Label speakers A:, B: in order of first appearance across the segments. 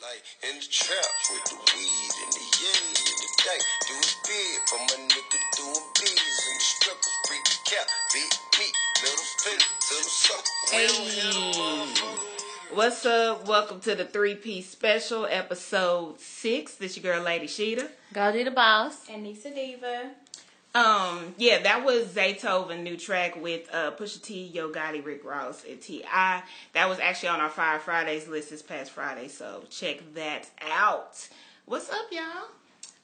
A: night in the trap with the weed and the yin and the dyke. Do it big for my nigga doing bees and the strippers. Freak the cap, beat me, little finger to the sucker. We don't hit 'em
B: Hey,
A: motherfucker.
B: what's up? Welcome to the three piece special, episode six. This your girl, Lady Sheeta.
C: Goldie the boss.
D: and Nisa Diva.
B: Um, yeah, that was Zaytoven new track with uh Pusha T, Yo Gotti, Rick Ross, and Ti. That was actually on our Fire Fridays list this past Friday, so check that out. What's up, y'all?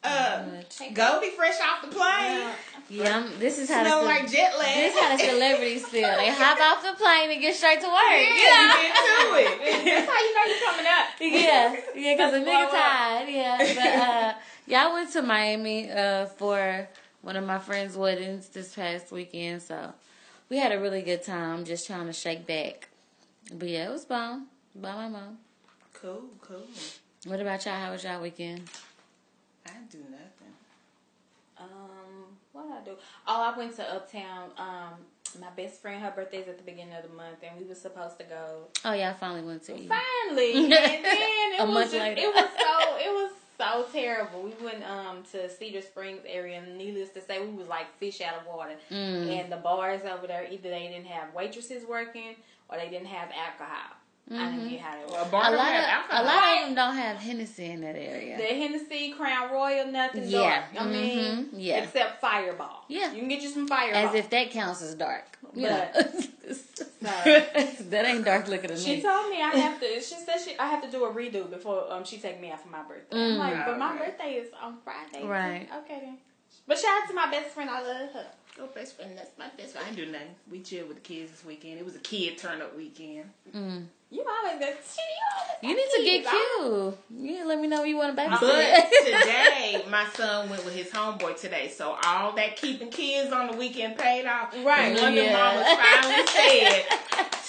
B: Uh, go be fresh off the plane.
C: Yeah, I'm- this is how
B: Smell
C: the,
B: like jet lag.
C: this is how the celebrities feel. They hop off the plane and get straight to work.
B: yeah,
C: Yeah,
B: you get to it.
D: That's how you know you're coming up.
C: yeah, yeah, because the
D: Blow
C: nigga
D: up.
C: tired. Yeah, but uh, yeah, I went to Miami uh, for one of my friends' weddings this past weekend, so we had a really good time just trying to shake back. But yeah, it was bomb. By my mom.
B: Cool, cool.
C: What about y'all? How was y'all weekend?
B: I do nothing.
D: Um, what I do? Oh, I went to Uptown. Um, my best friend, her birthday's at the beginning of the month, and we were supposed to go
C: Oh yeah, I finally went to eat.
D: finally. And then it
C: A
D: was
C: month
D: just,
C: later.
D: it was so it was so terrible. We went um to Cedar Springs area, and needless to say, we was like fish out of water.
C: Mm.
D: And the bars over there, either they didn't have waitresses working, or they didn't have alcohol. I
C: Mm-hmm.
D: didn't get how it
B: Well,
D: was.
B: a bar
C: A
B: don't
C: lot
B: have
C: of a
B: alcohol.
C: lot of them don't have Hennessy in that area.
D: The Hennessy, Crown Royal, nothing.
C: Yeah.
D: dark. I mean,
C: Mhm. Yeah.
D: except Fireball.
C: Yeah.
D: you can get you some Fireball.
C: As if that counts as dark. You
D: But-
C: know. that ain't dark looking at
D: she
C: me.
D: told me I have to. She said she, I have to do a redo before um she take me out for my birthday. I'm
C: Mm.
D: like, but my
B: Alright.
D: birthday is on Friday.
C: Right.
D: Okay then. But shout out to my best friend. I love her.
B: Go best friend, that's my best friend. I do nothing. We chilled with the kids this weekend. It was a kid turn up weekend.
C: Mm.
D: You always go. She, you
C: You need
D: always got
C: to get
D: kids. I-
C: cute. You need to let me know you want to
B: But
C: babysit.
B: today, my son went with his homeboy today, so all that keeping kids on the weekend paid off.
D: Right.
B: One of the
C: Yeah.
B: mamas finally said,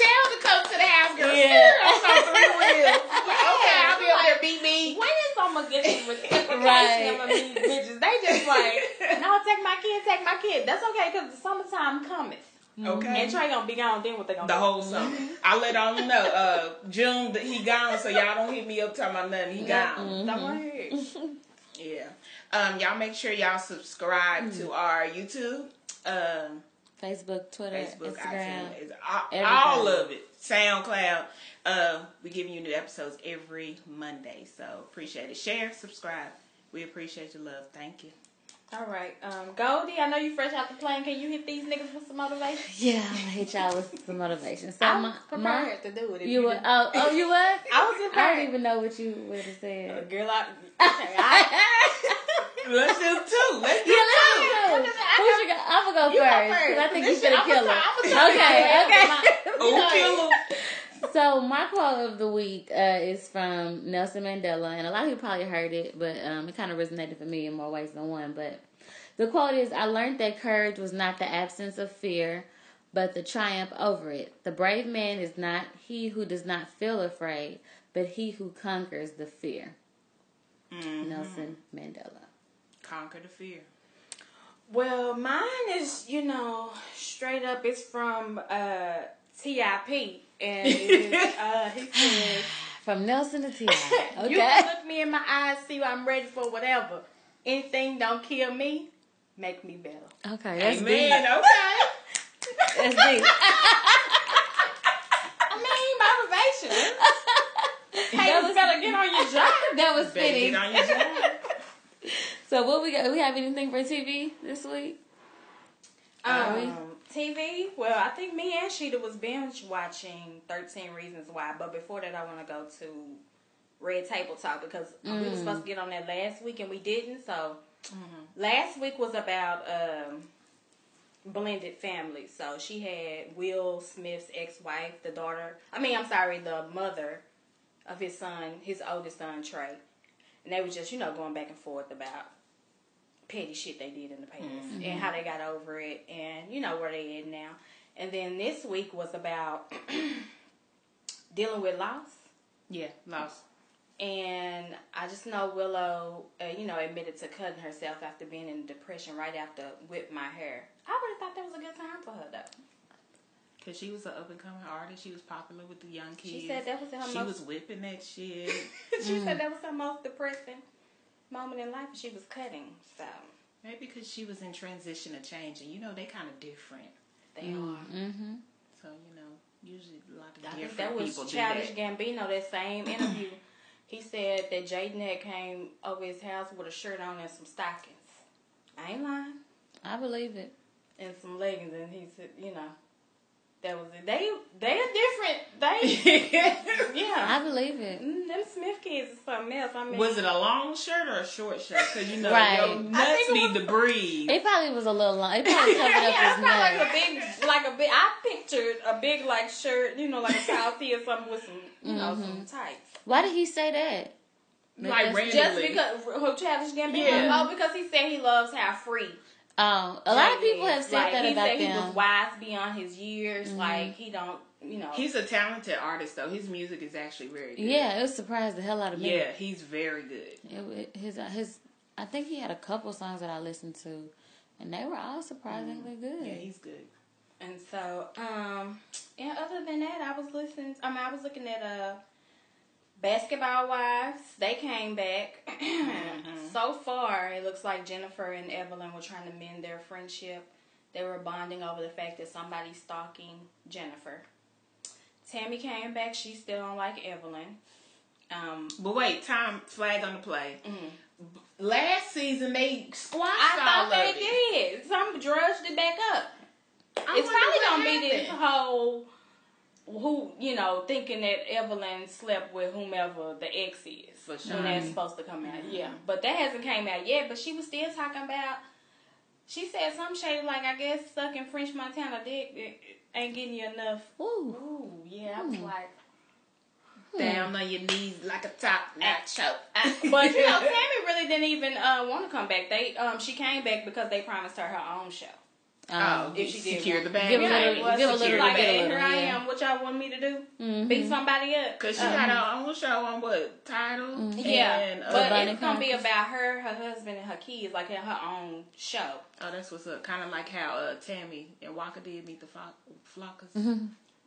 B: "Tell to come to the house, girl.
C: Yeah.
B: Yeah. I'm on three wheels. Like, okay, I'll be over there, beat me.
D: When is I'ma get the reciprocation
C: Right.
D: of these bitches? They just like, no, take my kid, take my kid. That's okay because the summertime cometh.
C: Mm-hmm.
B: Okay.
D: And Trey gonna be gone. Then what they
B: Mm-hmm. The
D: gonna do?
B: whole summer. I let all know. Uh, June, th- he gone, so y'all don't hit me up talking about nothing. He gone.
C: Mm-hmm.
D: Don't worry.
B: Yeah. Um, y'all make sure y'all subscribe
C: Mm.
B: to our YouTube, um,
C: Facebook, Twitter,
B: Facebook,
C: Uh, Instagram.
B: iTunes, all, all
C: Everything.
B: of it. SoundCloud. Uh, we giving you new episodes every Monday, so appreciate it. Share, subscribe. We appreciate your love. Thank you.
D: All right, um, Goldie, I know you fresh out the plane. Can you hit these niggas with some motivation?
C: Yeah, I'm gonna hit y'all with some motivation. So
D: I was
C: my, my
D: prepared to do it. if
C: you were
D: didn't.
C: oh oh you was
D: I was
C: I don't
D: prepared.
C: even know what you would have said.
D: Girl, I, okay, I
B: Let's do two. Let's do
C: Yeah,
B: two.
C: let's do. Who should go? I'm gonna go
D: You go
C: first. 'cause
D: first.
C: I think
D: This
C: you
D: shit-
C: finna
D: I'ma
C: kill
D: try-
C: her.
D: I'ma try to
C: Okay,
D: do
C: okay.
D: it.
B: Oh, kill 'em.
C: So my quote of the week uh, is from Nelson Mandela, and a lot of you probably heard it, but um, it kind of resonated for me in more ways than one. But the quote is, "I learned that courage was not the absence of fear, but the triumph over it. The brave man is not he who does not feel afraid, but he who conquers the fear."
D: Mm-hmm.
C: Nelson Mandela.
B: Conquer the fear.
D: Well, mine is, you know, straight up. It's from uh, TIP. And it is, uh, he says,
C: From Nelson to T.I. Okay.
D: You can look me in my eyes, see I'm ready for whatever. Anything don't kill me, make me better.
C: okay. That's
B: Amen.
C: deep.
B: Okay.
C: That's deep.
D: I mean, motivation. hey, you better get on your job.
C: that was
B: Better
C: fitting.
B: get on your job.
C: So what we got? We have anything for TV this week?
D: Um, TV. Well, I think me and Sheeta was binge watching Thirteen Reasons Why, but before that, I want to go to Red Table Talk because we were supposed to get on that last week and we didn't. So last week was about um, blended families. So she had Will Smith's ex-wife, the daughter. I mean, I'm sorry, the mother of his son, his oldest son Trey, and they were just you know going back and forth about petty shit they did in the past and how they got over it and you know where they at now. And then this week was about dealing with loss.
B: Yeah, lost.
D: And I just know Willow, uh, you know, admitted to cutting herself after being in depression right after Whip My Hair. I would have thought that was a good time for her though.
B: Cause she was an up and coming artist. She was popular with the young kids.
D: She said that was her
B: She
D: most.
B: was whipping that shit.
D: she said that was her most depressing moment in life. She was cutting, so
B: Maybe because she was in transition of change, and you know they kind of different.
D: they are.
C: Mm-hmm.
B: So you know, usually a lot of
D: I
B: different
D: think that was
B: people do
D: Childish
B: that.
D: Gambino. That same interview, he said that Jaden had came over his house with a shirt on and some stockings. I ain't lying.
C: I believe it.
D: And some leggings, and he said, you know, that was it. They they are different. They yeah.
C: I believe it.
D: Mm, them Smith kids is something else. I mean,
B: Was it a long shirt or a short shirt? Because you know
C: Right. I
B: your nuts
D: think it
B: need to breathe.
C: It probably was a little long. It probably covered up
D: yeah,
C: his
D: it's not like a
C: nut.
D: big, like a big. I pictured a big like shirt, you know, like a cow tee or something with some, you know,
C: Mm-hmm.
D: some tights.
C: Why did he say that?
B: Like
C: Because-
B: ran-
D: Just
B: Really?
D: because who Travis Gambino?
B: Yeah.
D: Oh, because he said he loves how free.
C: Um, a lot of
D: Jay
C: people have
D: is.
C: said
D: Like,
C: that
D: he
C: about
D: said He was
C: them. Mm-hmm.
D: wise beyond his years. Like he don't, you know.
B: He's a talented artist, though. His music is actually very good.
C: Yeah, it was surprised the hell out of me.
B: Yeah, he's very good.
C: It, wa- his his I think he had a couple songs that I listened to, and they were all surprisingly
D: Mm.
C: good.
B: Yeah, he's good.
D: and so, um, and other than that, I was listening. I mean, I was looking at uh, Basketball Wives. They came back. So far, it looks like Jennifer and Evelyn were trying to mend their friendship. They were bonding over the fact that somebody's stalking Jennifer. Tammy came back. She still don't like Evelyn. Um,
B: But wait, time flag on the play. B- Last season they squashed
D: Mm-hmm. I
B: all
D: thought they
B: of it.
D: did. Some drudged it back up.
B: I
D: it's
B: wonder
D: probably
B: what
D: gonna be this
B: happened.
D: whole who you know thinking that Evelyn slept with whomever the ex is
B: For
D: when that's
B: sure.
D: supposed to come out. Yeah, but that hasn't came out yet. But she was still talking about. She said some shade like I guess sucking French Montana dick it- it ain't getting you enough. Hmm.
C: Ooh,
D: Ooh, yeah, I was like.
B: Down on your knees like a top notch choke.
D: But you know, Sammy really didn't even uh, want to come back. They um, she came back because they promised her her own show.
B: Oh,
C: um,
B: if
D: If
B: she
D: she did
B: secure
D: one.
B: the bag.
C: Give a
D: Yeah,
C: little-
D: it was
C: give a
D: secure.
C: little
D: like,
C: bit, a
D: "Hey,
C: little,
D: here I
C: yeah.
D: am. What y'all want me to do?
C: mhm.
D: Beat somebody up? Uh,
B: Cause she got her own show on what title?
D: Uh-huh. Mm-hmm. Yeah,
B: and, uh,
D: but
C: Bonnie
D: it's gonna be
C: Conkers.
D: about her, her husband, and her kids, like in her own show.
B: oh, that's what's up. Kind of like how uh, Tammy and Walker did meet the Flo- Flockers.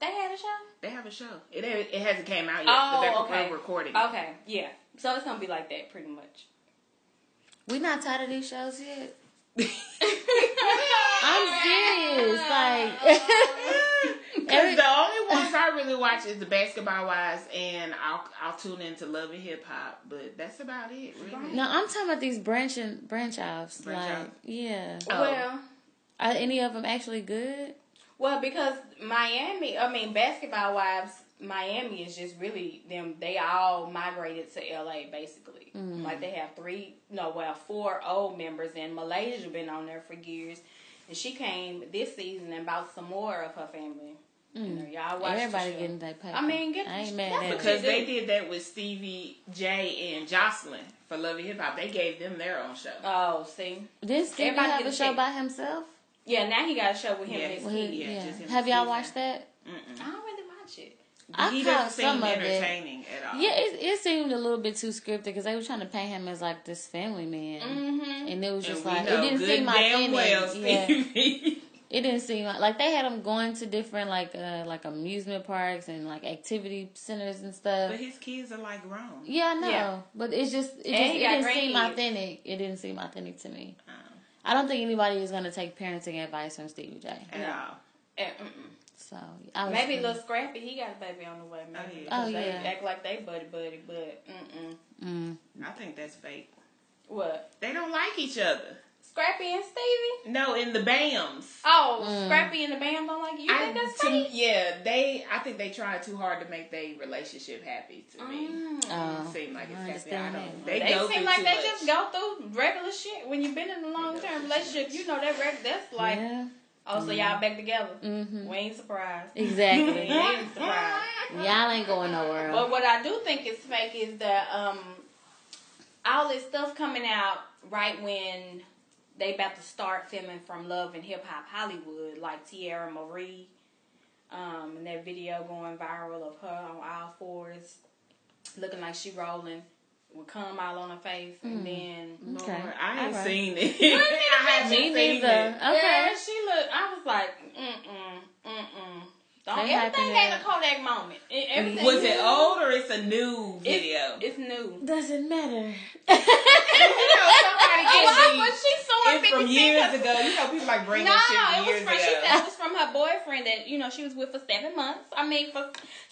D: They had a show.
B: They have a show. It ain't- it hasn't came out yet, but
D: Oh,
B: they're
D: okay.
B: we're recording. it.
D: Okay, yeah. So it's gonna be like that, pretty much.
C: we not tired of these shows yet. I'm serious, like
B: Because the only ones I really watch is the Basketball Wives, and I'll I'll tune into Love and Hip Hop, but that's about it. Really.
C: no, I'm talking about these branching branch offs.
B: Branch
C: like,
B: offs.
C: yeah,
B: Oh.
D: Well,
C: are any of them actually good?
D: well, because Miami, I mean, basketball wives, Miami is just really them. They all migrated to LA basically.
C: Mm-hmm.
D: Like they have three, no, well, four old members, and Malaysia been on there for years, and she came this season and bought some more of her family. You know, y'all watch
C: Mm. Everybody
D: the show.
C: getting their paper.
D: I mean, get-
C: I ain't
D: that's
C: mad at
B: Because
C: it.
D: what
B: they did that with Stevie J and Jocelyn for Love and Hip Hop. They gave them their own show.
D: Oh, see.
C: Did Stevie
D: everybody
C: have
D: get
C: a
D: a
C: show
D: check.
C: by himself?
D: Yeah, now he got a show with him
B: Yeah.
D: and his
C: Well, he-
D: kid.
B: Yeah,
C: yeah.
B: just him
C: Have y'all
B: season.
C: watched that?
D: I don't really watch it.
C: I
B: he
C: caught
B: doesn't seem
C: some of it.
B: entertaining at all.
C: Yeah, it, it seemed a little bit too scripted because they were trying to paint him as like this family man,
D: Mm-hmm.
C: Mm-hmm. and it
B: And
C: was just
B: we
C: like
B: know
C: it didn't
B: good
C: seem
B: damn
C: authentic.
B: well,
C: yeah,
B: Stevie.
C: it didn't seem like, like they had him going to different like uh like amusement parks and like activity centers and stuff.
B: but his kids are like grown.
C: yeah, I know,
D: Yeah.
C: but it's just it, just,
D: And
C: it
D: he got
C: didn't seem
D: grandkids.
C: authentic. It didn't seem authentic to me.
B: Um,
C: I don't think anybody is gonna take parenting advice from Stevie J.
B: at
D: Yeah.
B: all.
D: Eh, mm-mm.
C: So I was
D: Maybe little Scrappy, he got a baby on the way. Maybe
B: Oh,
D: because
C: yeah.
D: they
C: Oh, yeah.
D: act like they buddy buddy, but mm-mm.
C: Mm.
B: I think that's fake.
D: what?
B: They don't like each other.
D: Scrappy and Stevie?
B: No, in the BAMs.
D: Oh,
C: Mm.
D: Scrappy and the band. I'm like, you think that's
B: to-
D: fake?
B: yeah, they. I think they try too hard to make their relationship happy. To me,
D: Mm.
C: Oh,
B: it seem like
C: I
B: it's happy. I
C: understand
B: don't.
C: that.
B: They,
D: They
B: go
D: seem
B: through
D: like
B: too
D: they
B: much.
D: just go through regular shit. When you've been in a long term relationship, you know that reg- that's like,
C: yeah.
D: oh, so
B: Mm.
D: y'all back together.
C: Mhm.
D: We ain't surprised.
C: Exactly.
D: We ain't surprised.
C: Y'all ain't going nowhere.
D: But what I do think is fake is that um, all this stuff coming out right when they about to start filming from Love and Hip Hop Hollywood, like Tierra Marie, um, and that video going viral of her on all fours, looking like she rolling with cum all on her face, and then.
B: Lord,
C: Mm. Okay.
B: I ain't
C: Alright.
B: seen it. I haven't
C: Me
B: seen
C: neither.
B: it.
C: Okay.
D: Yeah, she looked. I was like, mm mm mm mm. Don't
C: They hyping
D: everything
C: it
D: ain't a
C: up.
D: Kodak moment. E- Everything
B: Was it old or it's a new
D: It's,
B: video?
D: it's new.
C: Doesn't matter.
B: you know, somebody
D: Oh, well,
B: can
D: but
B: be
D: she's suing
B: it's from
D: 50
B: years
D: Cent 'cause-
B: ago. You know, people like bring
D: No,
B: that shit from
D: it was
B: years
D: from she
B: ago.
D: said it was from her boyfriend that you know she was with for seven months. I mean, for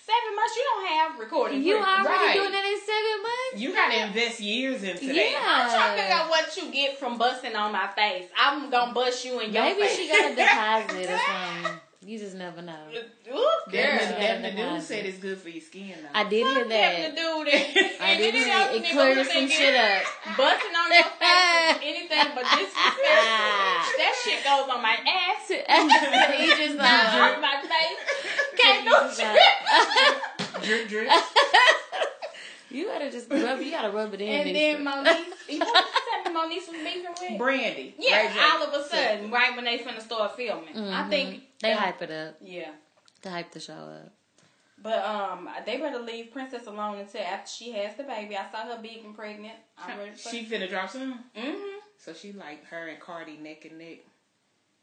D: seven months you don't have recording.
C: You
D: privilege.
C: already
B: Right.
C: doing that in seven months?
B: you gotta invest years into that.
C: Yeah.
D: I'm trying to figure out what you get from busting on my face. I'm gonna bust you in your
C: Maybe
D: face.
C: she got a deposit or something. You just never know.
D: Ooh,
B: That
D: girl.
C: Yeah.
B: Devin the
C: Yeah.
B: dude said it's good for your skin. Though.
C: I did hear
D: Something
C: that.
D: to do that.
C: I
D: And
C: did
D: then
C: hear it.
D: I was
C: It
D: thinking,
C: cleared
D: who
C: some
D: thinking
C: shit up.
D: Busting on your face is anything but disrespectful. that shit goes on my ass.
C: he just like,
D: on my face.
C: can't do
B: Drip,
C: shit.
B: drip.
C: You gotta just rub. You gotta rub it in.
D: And then Monique, you know what the Monique was beefing with?
B: Brandy.
D: Yeah,
B: Ray J.
D: all of a sudden, right when they finna start filming, I think
C: they
D: yeah,
C: hype it up.
D: Yeah,
C: They hype the show up.
D: but um, they better leave Princess alone until after she has the baby. I saw her big and pregnant. I'm ready. For
B: She finna drop soon.
D: hmm
B: So she like her and Cardi neck and neck.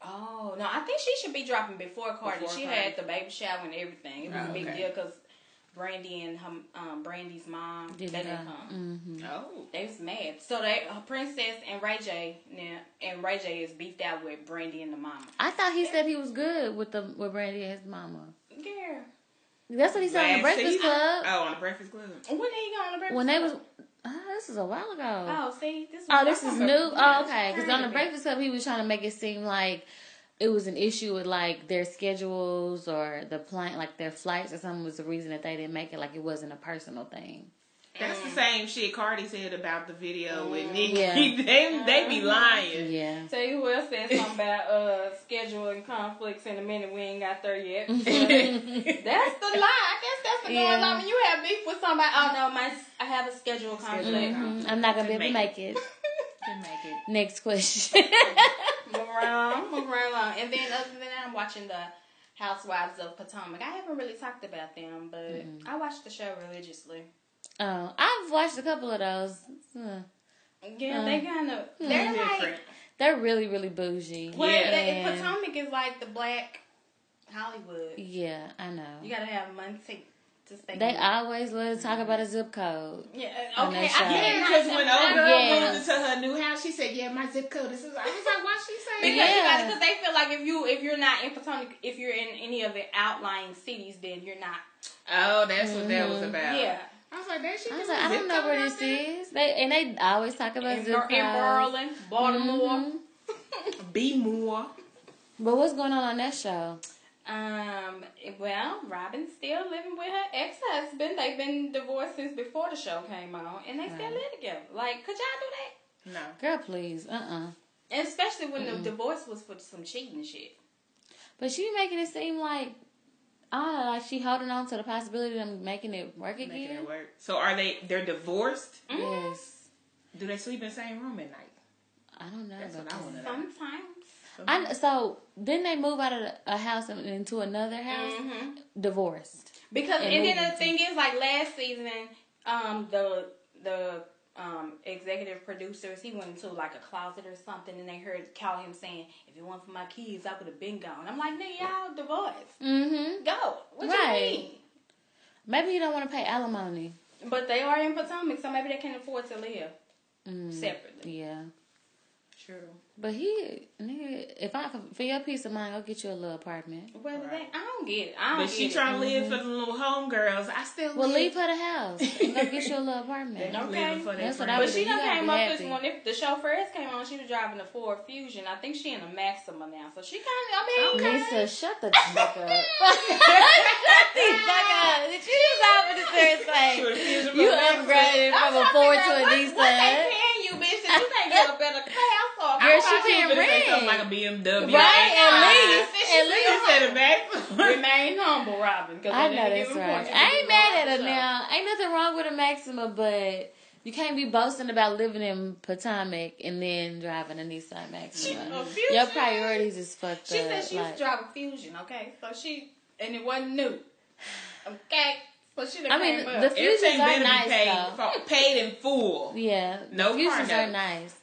D: Oh no, I think she should be dropping before Cardi.
B: Before
D: she
B: Cardi.
D: had the baby shower and everything. It was
B: Oh,
D: a big
B: okay.
D: deal because Brandy and her, um, Brandy's mom
C: Did
D: they
C: it?
D: didn't
C: Uh,
D: come.
C: mm-hmm.
B: Oh.
D: They was mad. So they uh, Princess and Ray J now, and Ray J is beefed out with Brandy and the mama.
C: I thought he said he was good with the with Brandy and his mama.
D: Yeah.
C: That's what he said on the
B: Last
C: Breakfast
B: season?
C: Club.
B: Oh, on the Breakfast Club.
D: When did he go on the breakfast?
C: when they was
D: Club?
C: uh, this was a while ago.
D: Oh, see, this.
C: Oh, this
D: I
C: is
D: remember-
C: new.
D: yeah,
C: Oh, okay. Because on the
D: Brandy.
C: Breakfast Club, he was trying to make it seem like it was an issue with like their schedules or the plan, like their flights or something was the reason that they didn't make it. Like it wasn't a personal thing.
B: That's the same shit Cardi said about the video with Nicki.
C: Yeah.
B: they, they be lying.
C: Yeah.
D: Tell you who else said something about uh scheduling conflicts in a minute. We ain't got there yet. that's the lie. I guess that's the going
C: Yeah.
D: on when you have beef with somebody. Oh no, my I have a schedule conflict.
C: Mhm. I'm not gonna be able to make it. Mm-hmm.
B: Can make it.
C: Next question.
D: Move around, move right along. And then other than that, I'm watching the Housewives of Potomac. I haven't really talked about them, but
C: Mm-hmm.
D: I watch the show religiously.
C: oh, I've watched a couple of those. Huh.
D: Yeah,
C: Uh,
D: they kind of they're like
B: Different.
C: They're really, really bougie.
D: well,
B: Yeah.
D: they,
C: And-
D: Potomac is like the black Hollywood.
C: Yeah, I know.
D: You gotta have money to stay.
C: They
D: in.
C: always love to talk about a zip code.
D: Yeah, uh,
C: On
D: okay. I
C: that show.
B: Yeah,
D: can't
B: because when old girl
C: Yeah.
B: moved into her new house, she said, "Yeah, my zip code." This is. I was like, "Why she say?" that?
D: Because you
C: Yeah.
D: got because they feel like if you if you're not in Potomac, if you're in any of the outlying cities, then you're not.
B: Oh, that's what that was about.
D: Yeah.
B: I was like, "That she."
C: Mm-hmm. I was
B: do
C: like, I
B: zip
C: don't know
B: code
C: where
B: out
C: this
B: there?
C: is. They and they always talk about
D: In,
C: zip
D: Mer-
C: codes.
D: in Maryland, Baltimore.
C: Mhm.
B: Be more.
C: But what's going on on that show? Mm-hmm.
D: Um. Well, Robin's still living with her ex-husband. They've been divorced since before the show came on, and they still live together. Like, could y'all do that?
B: No.
C: Girl, please, uh, uh
D: And especially when the divorce was for some cheating shit.
C: But she making it seem like, I don't know, like she holding on to the possibility of them making it work again.
B: Making it work. So are they? They're divorced.
C: Yes,
B: Do they sleep in the same room at night?
C: I don't know.
B: That's
C: about
B: what I
C: that.
B: want to know.
D: Sometimes.
C: I kn- so then they move out of the- a house and into another house,
D: Mm-hmm.
C: divorced.
D: Because
C: And
D: and, then the thing is, like last season, um, the the um executive producers he went into like a closet or something, and they heard call him saying, "If it weren't for my kids, I would have been gone." I'm like, "Nigga, y'all divorced.
C: Mm-hmm.
D: Go. What
C: Right.
D: you mean?"
C: Maybe you don't want to pay alimony.
D: But they are in Potomac, so maybe they can afford to live Mm. separately.
C: Yeah,
B: True.
C: but he, nigga, if I could- for your peace of mind, go get you a little apartment.
D: Whether they, I don't get it. I don't
B: But
D: get
B: she
D: it.
B: trying to live for the little homegirls. I still
C: Mm-hmm. Well,
B: live.
C: leave her the house and go get you a little apartment.
B: I'm living for that
C: That's what
B: friend.
C: I
D: But
C: was-
D: she
C: You
D: done
C: gotta
D: came
C: be
D: up
C: happy.
D: this one. If the show first came on, she was driving a Ford Fusion. I think she in a Maxima now, so she kind of. I mean,
C: Lisa, shut the fuck up. Did you just
B: She would've fused her
C: You
B: from a
C: upgraded
D: I'm
C: from a
D: trying
C: four
D: to
C: to
D: figure
C: a
D: out
C: D
D: What, what they
C: stud?
D: paying you, bitch, that you can't get a better class or
C: Girl,
D: a car.
C: she can't
B: She would've said something
C: rent.
B: like a BMW.
C: Right,
B: A8.
C: at least.
D: She
C: At least.
B: Instead of back.
D: Remain humble, Robin. Cause
C: I
D: at
C: know
D: any
C: that's
D: given
C: right.
D: point, you
C: I
D: could
C: ain't
D: be
C: mad at
D: wrong,
C: her
D: so.
C: now. Ain't nothing wrong with a Maxima, but you can't be boasting about living in Potomac and then driving a Nissan
D: a
C: Maxima.
D: fusion.
C: Your priorities is fucked
D: She
C: up.
D: said she
C: like-
D: used to drive a Fusion, okay? So she, and it wasn't new. Okay? So she done
C: I mean,
D: came up.
C: the- Fusions
B: Everything
C: are
B: better
C: nice,
B: be paid,
C: though.
B: for, paid in full.
C: yeah,
B: No car
C: fusions are
B: notes.
C: nice.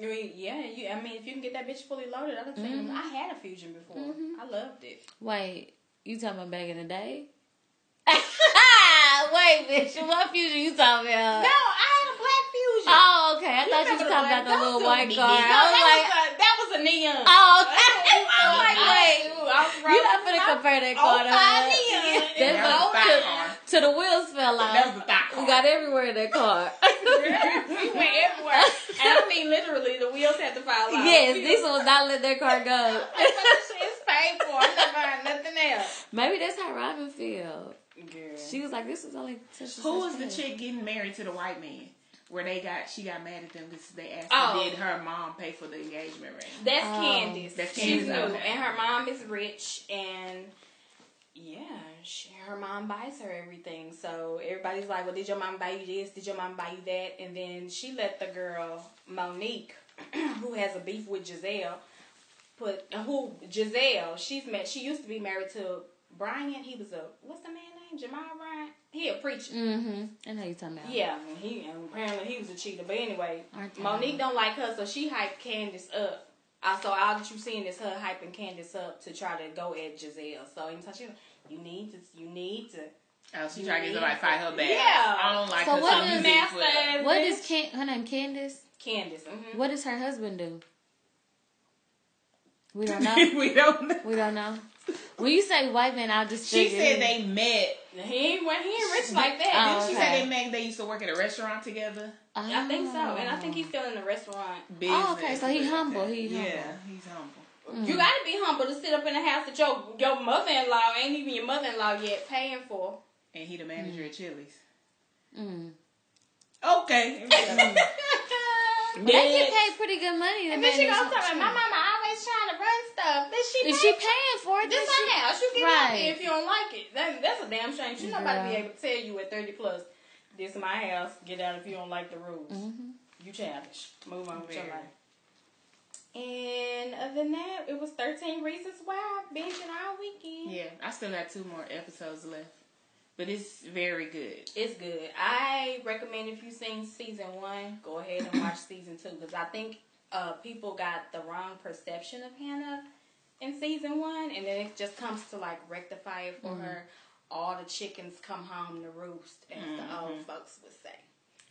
D: I mean, yeah, you,
C: Mm-hmm.
D: I mean, if you can get that bitch fully loaded, I done seen I had a Fusion before. I loved it.
C: Wait, You talking about back in the day? Wait, bitch, what fusion you talking about?
D: No, I had a black fusion.
C: Uh, Oh, okay. I thought you was talking
D: remember the black-
C: about the
D: those
C: little
D: were
C: white
D: neons.
C: guard.
D: No,
C: I was like,
D: that was a, that was a neon.
C: oh, okay.
D: I was like, wait, I was
C: You
D: rolling
C: not finna
D: my
C: compare that
D: Oh,
C: car to
D: my
C: us.
D: neon.
C: That
D: It's
C: was
D: old
C: back To the wheels fell
B: That was
C: off.
B: the thought
C: We
B: card.
C: got everywhere in that car.
D: We went everywhere. And I mean, literally, the wheels had to fall off.
C: yes,
D: We-
C: this one was not let that car go.
D: That's what this shit is paid for. I'm not buying nothing else.
C: Maybe that's how Robin feel.
D: Girl.
C: She was like, this was only such and
B: Who
C: such
B: was the
C: thing.
B: chick getting married to the white man? Where they got she got mad at them because they asked
D: Oh.
B: her, did her mom pay for the engagement ring?
D: That's
C: Oh.
D: Candace.
B: Um, That's
D: She's
B: Candace,
D: new,
B: okay.
D: and her mom is rich, and yeah, she, her mom buys her everything. So everybody's like, "Well, did your mom buy you this? Did your mom buy you that?" And then she let the girl Monique, who has a beef with Giselle, put uh, who Giselle. She's met. She used to be married to Brian. He was a what's the man name? Jamal Bryant. He a preacher.
C: Mm-hmm. I know you talking about.
D: Yeah, and he and apparently he was a cheater. But anyway,
C: Aren't they?
D: Monique don't like her, so she hyped Candace up. Also, all that you seeing is her hyping Candace up to try to go at Giselle. So anytime she, you need to, you need to.
B: Oh, she tried to get somebody to fight her back.
D: Yeah.
B: I don't like
C: So
B: her.
C: what
B: so
C: is-
B: you big
D: Master
B: foot.
D: ass
C: What
D: bitch.
C: does Can- her name Candace?
D: Candace? hmm
C: What does her husband do? We don't know.
B: we don't know.
C: we don't know. When you say white man, I'll just
B: She
C: figure-
B: said they met.
D: He ain't well, he ain't rich like that.
C: Oh,
B: Didn't she
C: okay.
B: say they met? They used to work at a restaurant together.
D: I think so,
C: Oh.
D: and I think
C: Mm.
D: he's still in the restaurant.
B: Business.
C: okay, so he humble, he
B: yeah,
C: humble.
B: he's humble.
C: Mm.
D: You gotta be humble to sit up in the house that your your mother in law ain't even your mother in law yet paying for.
B: And he the manager at Chili's.
C: Mm.
B: Okay.
C: They get paid pretty good money. to
D: And then she
C: manage
D: gonna tell
C: children.
D: me, my mama always trying to run stuff. Then she
C: Is
D: pay
C: she
D: for
C: paying for it?
D: This
C: Does she-
D: my house. You get out
C: Right.
D: there if you don't like it. That, that's a damn shame. Should nobody be
C: Yeah.
D: able to tell you at 30 plus, this my house. Get out if you don't like the rules.
C: Mm-hmm.
D: You childish. Move on with your
B: Very.
D: life. And other than that, it was 13 Reasons Why. Binging all weekend.
B: yeah, I still got two more episodes left, but it's very good.
D: It's good. I recommend if you've seen season one, go ahead and watch season two because I think uh, people got the wrong perception of Hannah in season one, and then it just comes to like rectify it
B: Mm-hmm.
D: for her. All the chickens come home to roost, as the
B: Mm-hmm.
D: old folks would say.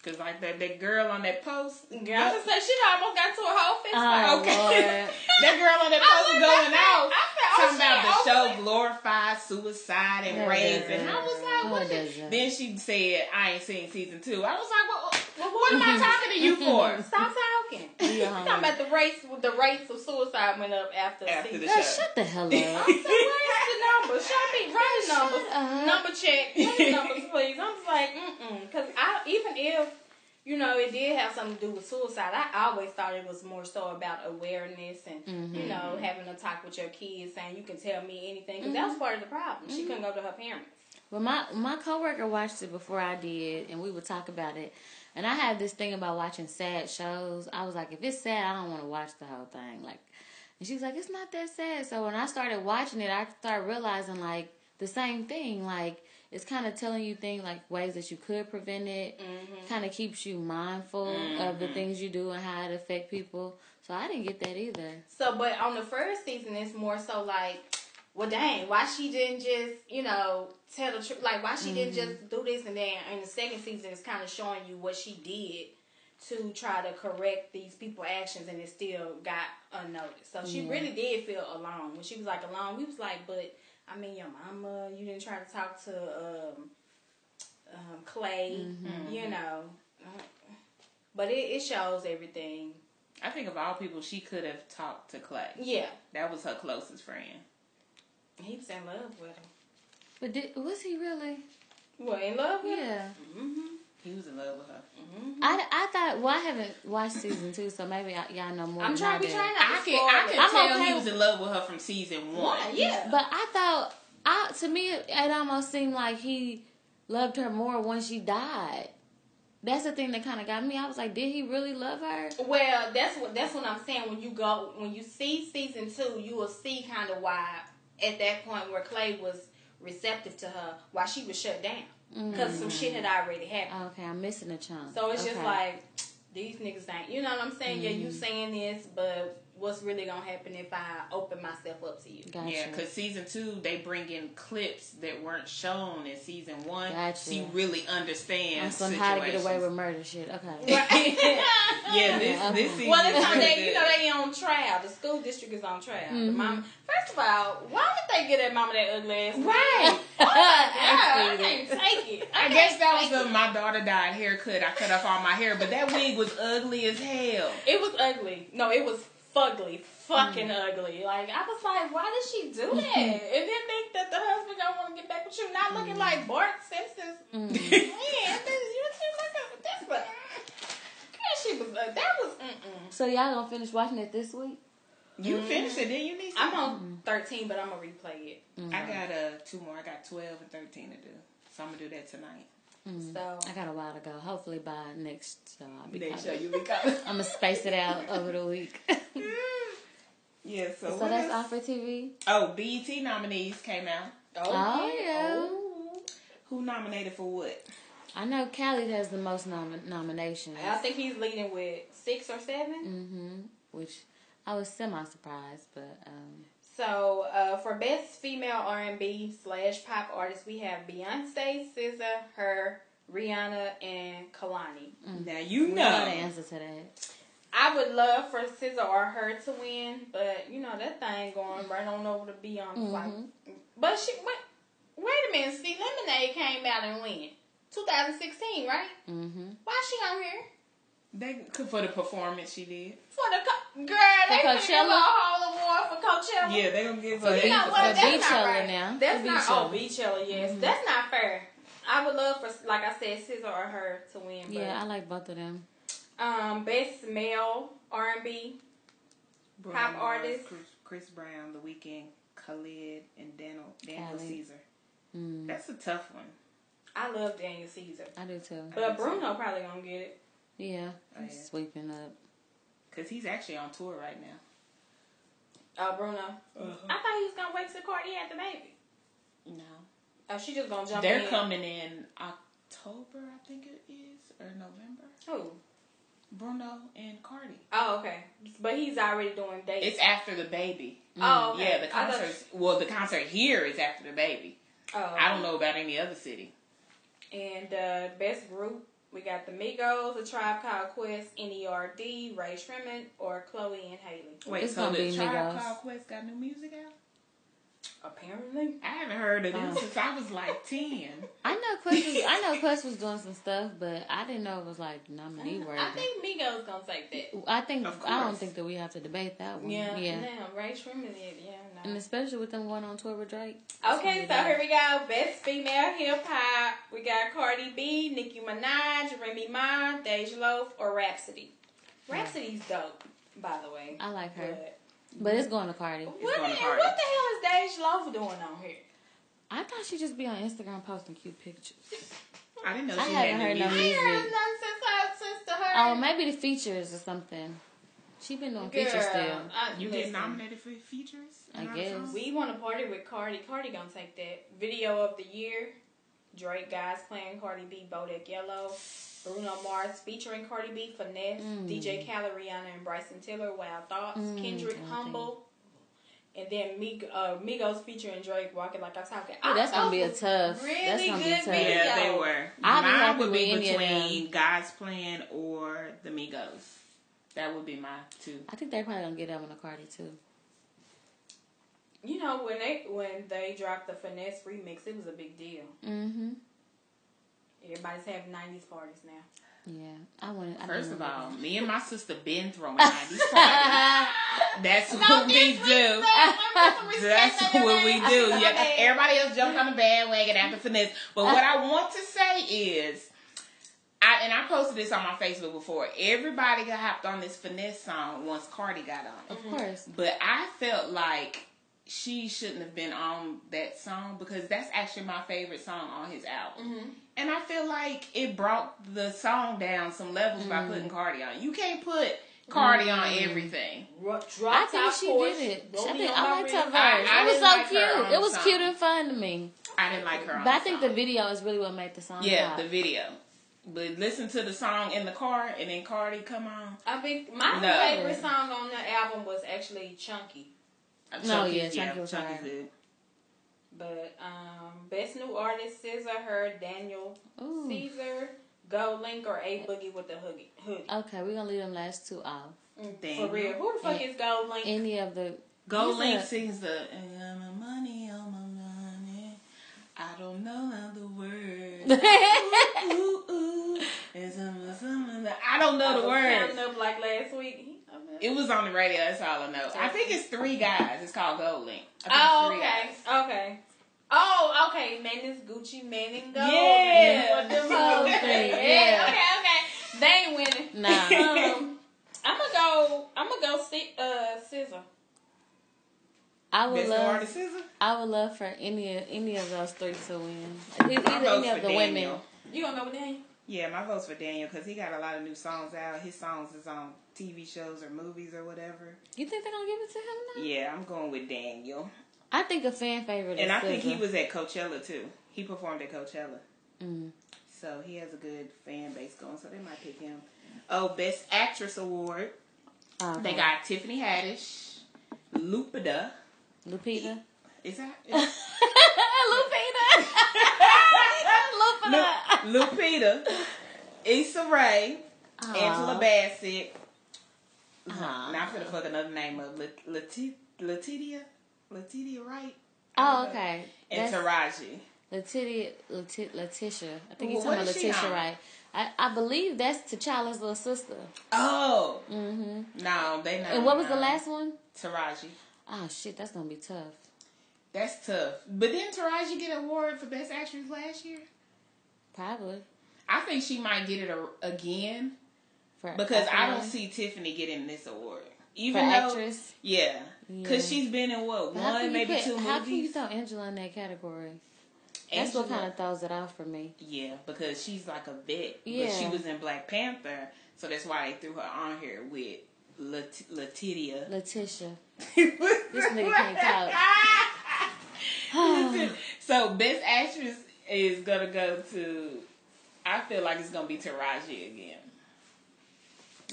B: Cause like that, that girl on that post,
D: I just say she done almost got to a whole fist fight.
C: Oh,
B: Okay.
C: Lord.
B: that girl on that post
D: looked
B: Uh, going
D: at
B: out.
D: that. I
B: Talking
D: said, oh,
B: about the
D: shit, oh,
B: show glorifies suicide and
C: Yeah.
B: rape, and I was like,
C: No,
B: what?
C: it
B: the-
C: doesn't.
B: Then she said, I ain't seen season two. I was like, well,
D: oh,
B: well what am I talking to you for?
D: Stop talking. You
C: Yeah.
D: talking about the rates? The rates of suicide went up after,
B: After
D: season
B: the
C: Girl, shut the hell up.
D: So where's the numbers? Show me. Run the numbers.
C: up.
D: Number check. Run the numbers, please. I'm just like, mm-mm. Because I, even if, you know, it did have something to do with suicide, I always thought it was more so about awareness and, you know, having a talk with your kids saying, you can tell me anything. Because that was part of the problem. She couldn't go to her parents.
C: Well, my my coworker watched it before I did, and we would talk about it. And I had this thing about watching sad shows. I was like, if it's sad, I don't want to watch the whole thing. Like, and she was like, it's not that sad. So when I started watching it, I started realizing like the same thing. Like it's kind of telling you things like ways that you could prevent it. Kind of keeps you mindful of the things you do and how it affect people. So I didn't get that either.
D: So, but on the first season, it's more so like, well, dang, why she didn't just, you know, tell the truth? Like, why she didn't just do this? And then in the second season, it's kind of showing you what she did to try to correct these people' actions, and it still got unnoticed. So she really did feel alone when she was like alone. We was like, but I mean, your mama, you didn't try to talk to um, um, Clay, you know. But it, it shows everything.
B: I think of all people, she could have talked to Clay.
D: Yeah,
B: That was her closest friend.
D: he was in love with her.
C: But did, was he really?
D: Well, in love with Mm-hmm. her?
C: Yeah.
B: He was in love with her.
C: I, I thought well I haven't watched season two, so maybe I, y'all know more.
D: I'm
C: than
D: trying.
C: I
D: We
C: do.
D: trying not to
B: I
D: spoil
B: can I
D: it.
B: can
C: I'm
B: tell
C: okay
B: he
C: with-
B: was in love with her from season one.
D: Why? Yeah.
C: But I thought, I to me, it almost seemed like he loved her more when she died. That's the thing that kind of got me. I was like, did he really love her?
D: Well, that's what that's what I'm saying. When you go, when you see season two, you will see kind of why at that point where Clay was receptive to her, why she was shut down because some shit had already happened.
C: Mm, Okay, I'm missing a chunk.
D: So it's
C: okay.
D: Mm-hmm. just like these niggas ain't. You know what I'm saying? Yeah, you saying this, but what's really gonna happen if I open myself up to you.
C: Gotcha.
B: Yeah, because season two they bring in clips that weren't shown in season one.
C: Gotcha.
B: She really
C: On
B: understands
C: some
B: situations.
C: how to get away with murder shit. Okay.
B: yeah, this this season.
D: Well, it's time
B: is
D: they, you know,
B: good.
D: they on trial. The school district is on trial. The
B: Mm-hmm.
D: mom, first of all, why would they get that mama that ugly ass?
B: Right.
D: Oh my God, I can't take it.
B: I
D: can't
B: guess that was
D: take
B: the my daughter died haircut. I cut off all my hair, but that wig was ugly as hell.
D: it. It was ugly. No, it was fugly, fucking
B: Mm-hmm.
D: ugly. Like I was like, why did she do that? and then think that the husband don't want to get back with you, not
B: Mm-hmm.
D: looking like Bart Simpson's man. This, you two looking this, but girl, she was. Uh, that was. Mm-mm.
C: So y'all gonna finish watching it this week?
B: You finished it, didn't you, Nisa?
D: I'm on 13, but I'm gonna replay it.
B: I got uh two more. I got twelve and thirteen to do, so I'm gonna do that tonight.
D: So
C: I got a while to go. Hopefully by next show I'll be.
B: Next show you be coming.
C: I'm gonna space it out over the week. so
B: yeah, so, what
C: that's
B: else?
C: all for TV.
B: Oh, BET nominees came out.
C: Oh, yeah.
D: Oh.
B: Who nominated for what?
C: I know Khaled has the most nom- nominations.
D: I think he's leading with six or 7
C: Mm-hmm. Which I was semi surprised, but um,
D: So uh, for best female R and B slash pop artist, we have Beyonce, SZA, her, Rihanna, and Kalani.
B: Now you
C: we know the
B: know.
C: answer to that.
D: I would love for SZA or her to win, but you know that thing going right on over to Beyonce.
C: Mm-hmm.
D: Like, but she wait, wait a minute. See, Lemonade came out and win 2016, right?
C: Mm-hmm.
D: Why she on here?
B: They for the performance she did.
D: For the co- girl, they
C: For
D: finna give her a
C: Coachella?
D: whole award for Coachella.
B: Yeah, they gonna give
C: For
B: her.
D: You know
C: Beach-
D: what?
C: for
D: That's
C: Beach
D: not
C: Hella
D: right.
C: now.
D: That's
C: For
D: not.
C: Beach
D: Oh,
C: Hella.
D: beach hella. Yes, that's not fair. I would love for, like I said, Scissor or her to win. But,
C: Yeah, I like both of them.
D: Um, best male R and B.
B: Bruno
D: Pop
B: Mars,
D: artist.
B: Chris, Chris Brown, The Weeknd, Khalid, and Daniel Daniel
C: Khalid.
B: Caesar.
C: Mm,
B: That's a tough one.
D: I love Daniel Caesar,
C: I do too.
D: but Bruno probably gonna get it.
C: Yeah,
B: Oh,
C: I'm
B: yeah.
C: sweeping up.
B: Cause he's actually on tour right now.
D: Oh, Bruno. I
B: Uh-huh.
D: thought he was gonna wait till Courtney had the baby.
B: Mm. No,
D: Oh, she just gonna jump
B: they're
D: in.
B: coming in October, I think it is, or November.
D: Who?
B: Bruno and Cardi.
D: Oh, okay. But he's already doing dates.
B: It's after the baby.
D: oh, okay.
B: Yeah, the
D: I thought-
B: concert. Well, the concert here is after the baby.
D: Oh,
B: I don't know about any other city.
D: And uh, best group, we got the Migos, the Tribe Called Quest, N.E.R.D., Ray Shrimpton, or Chloe and Haley.
B: Wait,
C: It's
B: so
C: gonna
B: the
C: be
B: Tribe
C: Migos.
B: Called Quest got new music out?
D: Apparently,
B: I haven't heard of them
C: Oh.
B: since I was like ten.
C: I know Quest. Was, I know Quest was doing some stuff, but I didn't know it was like nominee worthy.
D: I think Migos gonna take that.
C: I think
B: Of
C: I don't
B: course.
C: think that we have to debate that one.
D: Yeah,
C: yeah.
D: Damn, Ray Shrimpton is yeah.
C: And
D: No.
C: especially with them going on tour with Drake.
D: Okay, so here we go. Best female hip hop. We got Cardi B, Nicki Minaj, Remy Ma, Dej Loaf, or Rhapsody. Rhapsody's dope, by the way.
C: I like her,
D: But
C: but it's going to Cardi.
D: what, the,
B: going to
D: what the hell is Dej Loaf doing on here?
C: I thought she'd just be on Instagram posting cute pictures.
B: I didn't know
C: I
B: she
C: haven't
B: had
C: heard
B: new
C: no
B: music.
D: I ain't heard
C: music.
D: nothing since her since the her.
C: Oh, maybe the features or something. She been doing
D: Girl,
C: features still.
D: I-
B: You get
D: listen,
B: nominated for features?
C: I
B: Not
C: guess.
B: songs?
D: We want to party with Cardi. Cardi gonna take that video of the year. Drake guys playing Cardi B, Bodak Yellow, Bruno Mars featuring Cardi B, Finesse, DJ Khaled, Rihanna, and Bryson Tiller. Wild Thoughts,
C: Mm,
D: Kendrick,
C: okay.
D: Humble, and then Mig- uh, Migos featuring Drake, Walking Like I'm Talking.
C: Ooh, that's
D: All
C: gonna be a
D: those
C: tough.
D: Really
C: that's gonna be
D: good
C: tough.
D: video.
B: yeah, they were.
C: I'd be
B: Mine
C: happy
B: would be
C: with any of
B: between God's Plan or the Migos. That would be my two.
C: I think they're probably gonna get that one to Cardi too.
D: You know when they when they dropped the Finesse remix, it was a big deal.
C: Mm-hmm.
D: Everybody's having '90s parties now.
C: Yeah, I want.
B: First of all, me and my sister been throwing 90s parties. That's what we do. That's what we do. Yeah, everybody else jumped on the bandwagon after finesse. But what I want to say is, I and I posted this on my Facebook before. Everybody got hopped on this finesse song once Cardi got on.
C: of course,
B: But I felt like she shouldn't have been on that song because that's actually my favorite song on his album.
D: Mm-hmm.
B: And I feel like it brought the song down some levels by
C: Mm.
B: putting Cardi on. You can't put Cardi on everything.
C: I think she did it. I think I liked her verse.
B: I- I
C: it was
B: didn't
C: so
B: like her
C: cute.
B: on
C: It was
B: song.
C: cute and fun to me.
B: I didn't like her on
C: But I
B: the
C: think
B: song.
C: the video is really what made the song.
B: Yeah,
C: pop.
B: the video. But listen to the song in the car, and then Cardi come on.
D: I think my
B: No.
D: favorite song on the album was actually Chunky.
C: No, Oh, yeah, Chunky was
B: Chunky's
C: hard.
B: good.
D: But um, best new artist Scissor, her Daniel
C: Ooh.
D: Caesar, Go Link or A Boogie with the hoodie. hoodie.
C: Okay, we're gonna leave them last two off.
D: For real, who the fuck is Go Link?
C: Any of the
B: Go
C: Who's
B: Link
C: that?
B: sings the "I got my money on my money. I don't know other words. ooh, ooh, ooh. And some- some- I don't know the
D: Counting
B: words.
D: up like last week.
B: It was on the radio. That's all I know. I think it's three guys. It's called Gold Link. I think it's
D: Oh,
B: three
D: okay,
B: guys.
D: okay. Oh, okay. Man, it's Gucci Man and Go.
B: Yeah.
D: With them
C: Oh,
D: hoodies.
C: three, yeah.
D: yeah. Okay, okay. They ain't winning.
C: nah.
D: Um, I'm gonna go. I'm gonna go. Si- uh, Scissor.
C: I would
B: Best new
C: love
B: artist SZA.
C: I would love for any of any of those three to win. E- Either
B: My vote's
C: any of
B: for
C: the women.
B: Daniel.
D: You gonna go with Daniel?
B: Yeah, my vote's for Daniel because he got a lot of new songs out. His songs is on TV shows or movies or whatever.
C: You think they're gonna give it to him now?
B: Yeah, I'm going with Daniel.
C: I think a fan favorite
B: And
C: is
B: I think he
C: SZA.
B: was at Coachella too. He performed at Coachella.
C: Mm.
B: So he has a good fan base going, so they might pick him. Oh, Best Actress Award.
C: Okay.
B: They got Tiffany Haddish, Lupita.
C: Lupita.
B: Is that?
C: Lupita. Lupita.
B: Lu- Lupita, Issa Rae, Angela Bassett.
C: Aw.
B: Now I'm gonna fuck another name up. Lat- Lati- Latitia? Latitia Wright?
C: Oh, okay.
B: And
C: That's-
B: Taraji.
C: Letitia, Leti- Letitia. I think
B: Well,
C: he's
B: what
C: talking about
B: is she
C: Letitia,
B: on?
C: right? I, I believe that's T'Challa's little sister.
B: Oh!
C: hmm
B: No, they not.
C: And what was the
B: no.
C: last one?
B: Taraji.
C: Oh shit, that's gonna be tough.
B: That's tough. But didn't Taraji get an award for Best Actress last year?
C: Probably
B: I think she might get it a- again
C: for
B: because I
C: Aquaman.
B: don't see Tiffany getting this award.
C: for
B: Even though,
C: actress.
B: yeah, because
C: Yeah.
B: she's been in what
C: But how can
B: one,
C: you
B: maybe
C: put-
B: two movies.
C: How can you throw Angela in that category? That's what
B: Angela-
C: kind of throws it off for me.
B: Yeah, because she's like a vet. But she
C: Yeah.
B: was in Black Panther, so that's why they threw her on here with Lat- Latitia.
C: Letitia.
B: this
C: nigga can't talk.
B: so best actress is gonna go to. I feel like it's gonna be Taraji again.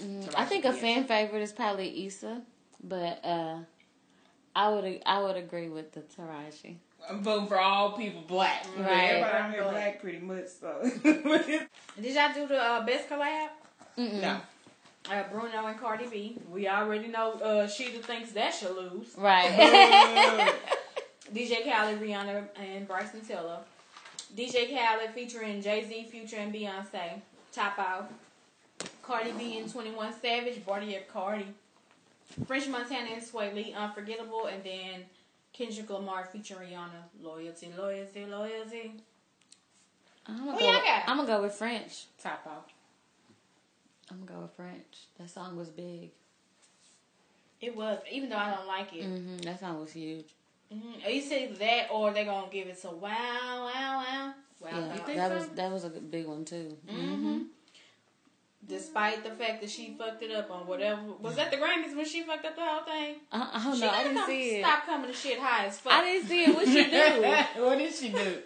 C: Mm, I think a fan favorite is probably Issa, but uh, I would I would agree with the Taraji.
B: I'm voting for all people black. Right.
C: Right.
B: Everybody out here
D: Right.
B: black pretty much. So
C: Mm.
D: Did y'all do the uh, best collab?
C: Mm-mm.
B: no,
D: Uh, Bruno and Cardi B. We already know uh, Sheeta thinks that she'll lose.
C: Right.
D: DJ Khaled, Rihanna, and Bryson Tiller. DJ Khaled featuring Jay Z, Future, and Beyonce. Top out. Cardi B and 21 Savage, Barty at Cardi. French Montana and Sway Lee, Unforgettable, and then Kendrick Lamar featuring Rihanna. Loyalty, loyalty, loyalty.
C: I'm gonna,
D: Who
C: go,
D: y'all got?
C: I'm gonna go with French.
B: top off.
C: I'm gonna go with French. That song was big.
D: It was, even though I don't like it.
C: hmm That song was huge.
D: Mm-hmm. You say that, or they're gonna give it to wow, wow, wow, wow.
C: Yeah,
D: wow.
C: that was that was a good- big one too.
D: Mm-hmm. Despite the fact that she fucked it up on whatever was that the Grammys when she fucked up the whole thing.
C: I, Uh-uh, I don't
D: She
C: know. Oh, I
D: gotta
C: didn't
D: come-
C: see it.
D: stop coming to shit high as fuck.
C: I didn't see it. What she do?
B: what did she do?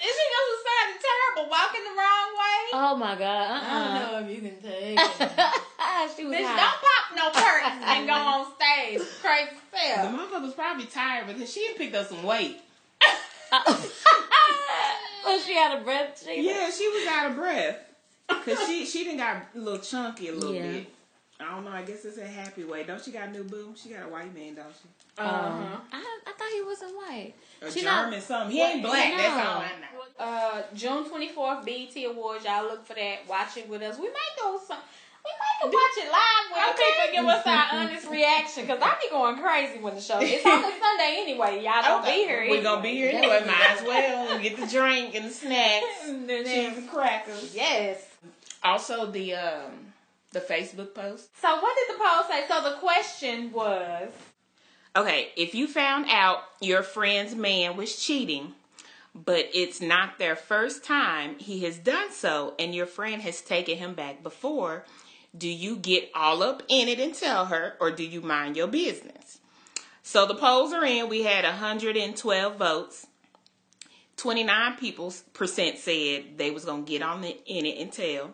D: And she knows it sounded terrible walking the wrong way.
C: oh my god.
D: I
C: Uh.
D: don't know if you can take
C: uh
D: it.
C: she was
D: Bitch,
C: hot.
D: don't pop no perks and go on stage. Crazy
B: The
D: self.
B: motherfucker's probably tired because she had picked up some weight.
C: Was she out of breath? She
B: Yeah, she was out of breath because she she didn't got a little chunky a little
C: Yeah.
B: bit. I don't know. I guess it's a happy way. Don't she got a new boo? She got a white man, don't she?
D: Uh-huh.
C: I, I thought he wasn't white.
B: A
C: She not-
B: German something. He ain't black. That's all I know.
D: Uh, June 24th, BET Awards. Y'all look for that. Watch it with us. We might go some. We might go watch it live when people give us our honest reaction. Cause I be going crazy when the show. It's only Sunday anyway. Y'all don't be here.
B: We're gonna be here
C: That
B: anyway.
C: would be
B: Might as well get the drink and the snacks, cheese and crackers.
D: Yes.
B: Also the um the Facebook post.
D: So what did the poll say? So the question was.
B: Okay, if you found out your friend's man was cheating, but it's not their first time he has done so, and your friend has taken him back before, do you get all up in it and tell her, or do you mind your business? So the polls are in. We had 112 votes. Twenty nine people percent said they was gonna get on the, in it and tell.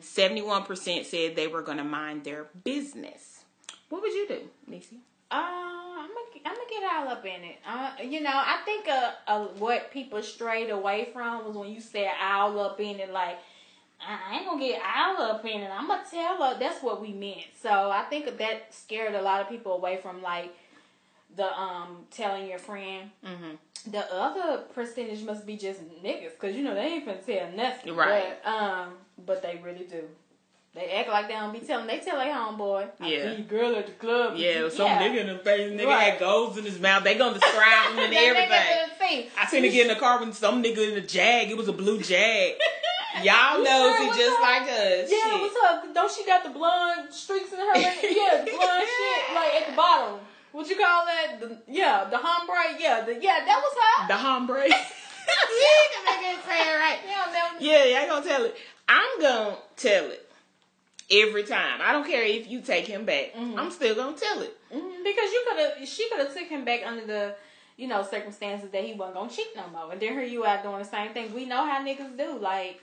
B: 71 percent said they were gonna mind their business. What would you do, Nixie?
D: Uh, I'm gonna I'm gonna get all up in it. Uh, you know, I think uh, uh, what people strayed away from was when you said all up in it, like I ain't gonna get all up in it. I'm gonna tell her that's what we meant. So I think that scared a lot of people away from like the um telling your friend. Mm-hmm. The other percentage must be just niggas, cause you know they ain't finna tell nothing,
B: Right.
D: But, um, but they really do. They act like they don't be telling. They tell their homeboy, I
B: Yeah.
D: see your girl at the club.
B: Yeah, some nigga in the face, nigga
D: Right.
B: had goals in his mouth. They gonna describe him and everything. I seen it get in the car with some nigga in a jag. It was a blue jag. Y'all
D: You
B: knows
D: sure?
B: he
D: What's
B: just
D: up?
B: like us.
D: Yeah,
B: Shit.
D: what's up? Don't she got the blonde streaks in her? yeah, the blonde shit like at the bottom. What you call that? The, yeah, the hombre. Yeah, the, yeah, that was her.
B: The hombre.
D: right. Yeah, that was,
B: yeah, y'all gonna tell it. I'm gonna tell it every time. I don't care if you take him back.
D: Mm-hmm.
B: I'm still gonna tell it.
D: Mhm, because you could have, she could have took him back under the, you know, circumstances that he wasn't gonna cheat no more, and then here you out doing the same thing. We know how niggas do. Like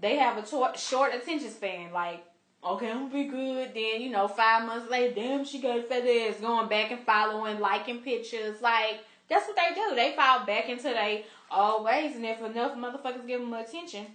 D: they have a tor- short attention span. Like. Okay, I'm gonna be good. Then, you know, five months later, damn, she got a fat ass going back and following, liking pictures. Like, That's what they do. They fall back into they old ways, and if enough motherfuckers give them attention,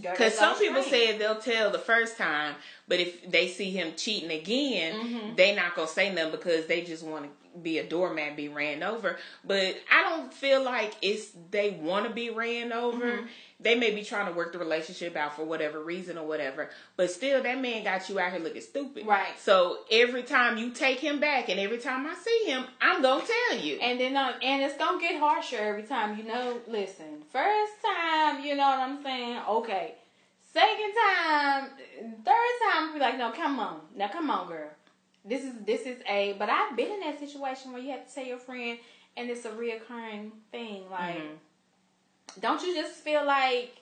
B: Because some people said they'll tell the first time, but if they see him cheating again, they not gonna say nothing because they just want to be a doormat, be ran over. But I don't feel like it's they want to be ran over. They may be trying to work the relationship out for whatever reason or whatever, but still, that man got you out here looking stupid.
D: Right.
B: So every time you take him back, and every time I see him, I'm gonna tell you.
D: and then um, and it's gonna get harsher every time. You know, listen, first time, you know what I'm saying? Okay, second time, third time, we like, no, come on, now come on, girl. This is this is a. But I've been in that situation where you have to tell your friend, and it's a reoccurring thing. Like, don't you just feel like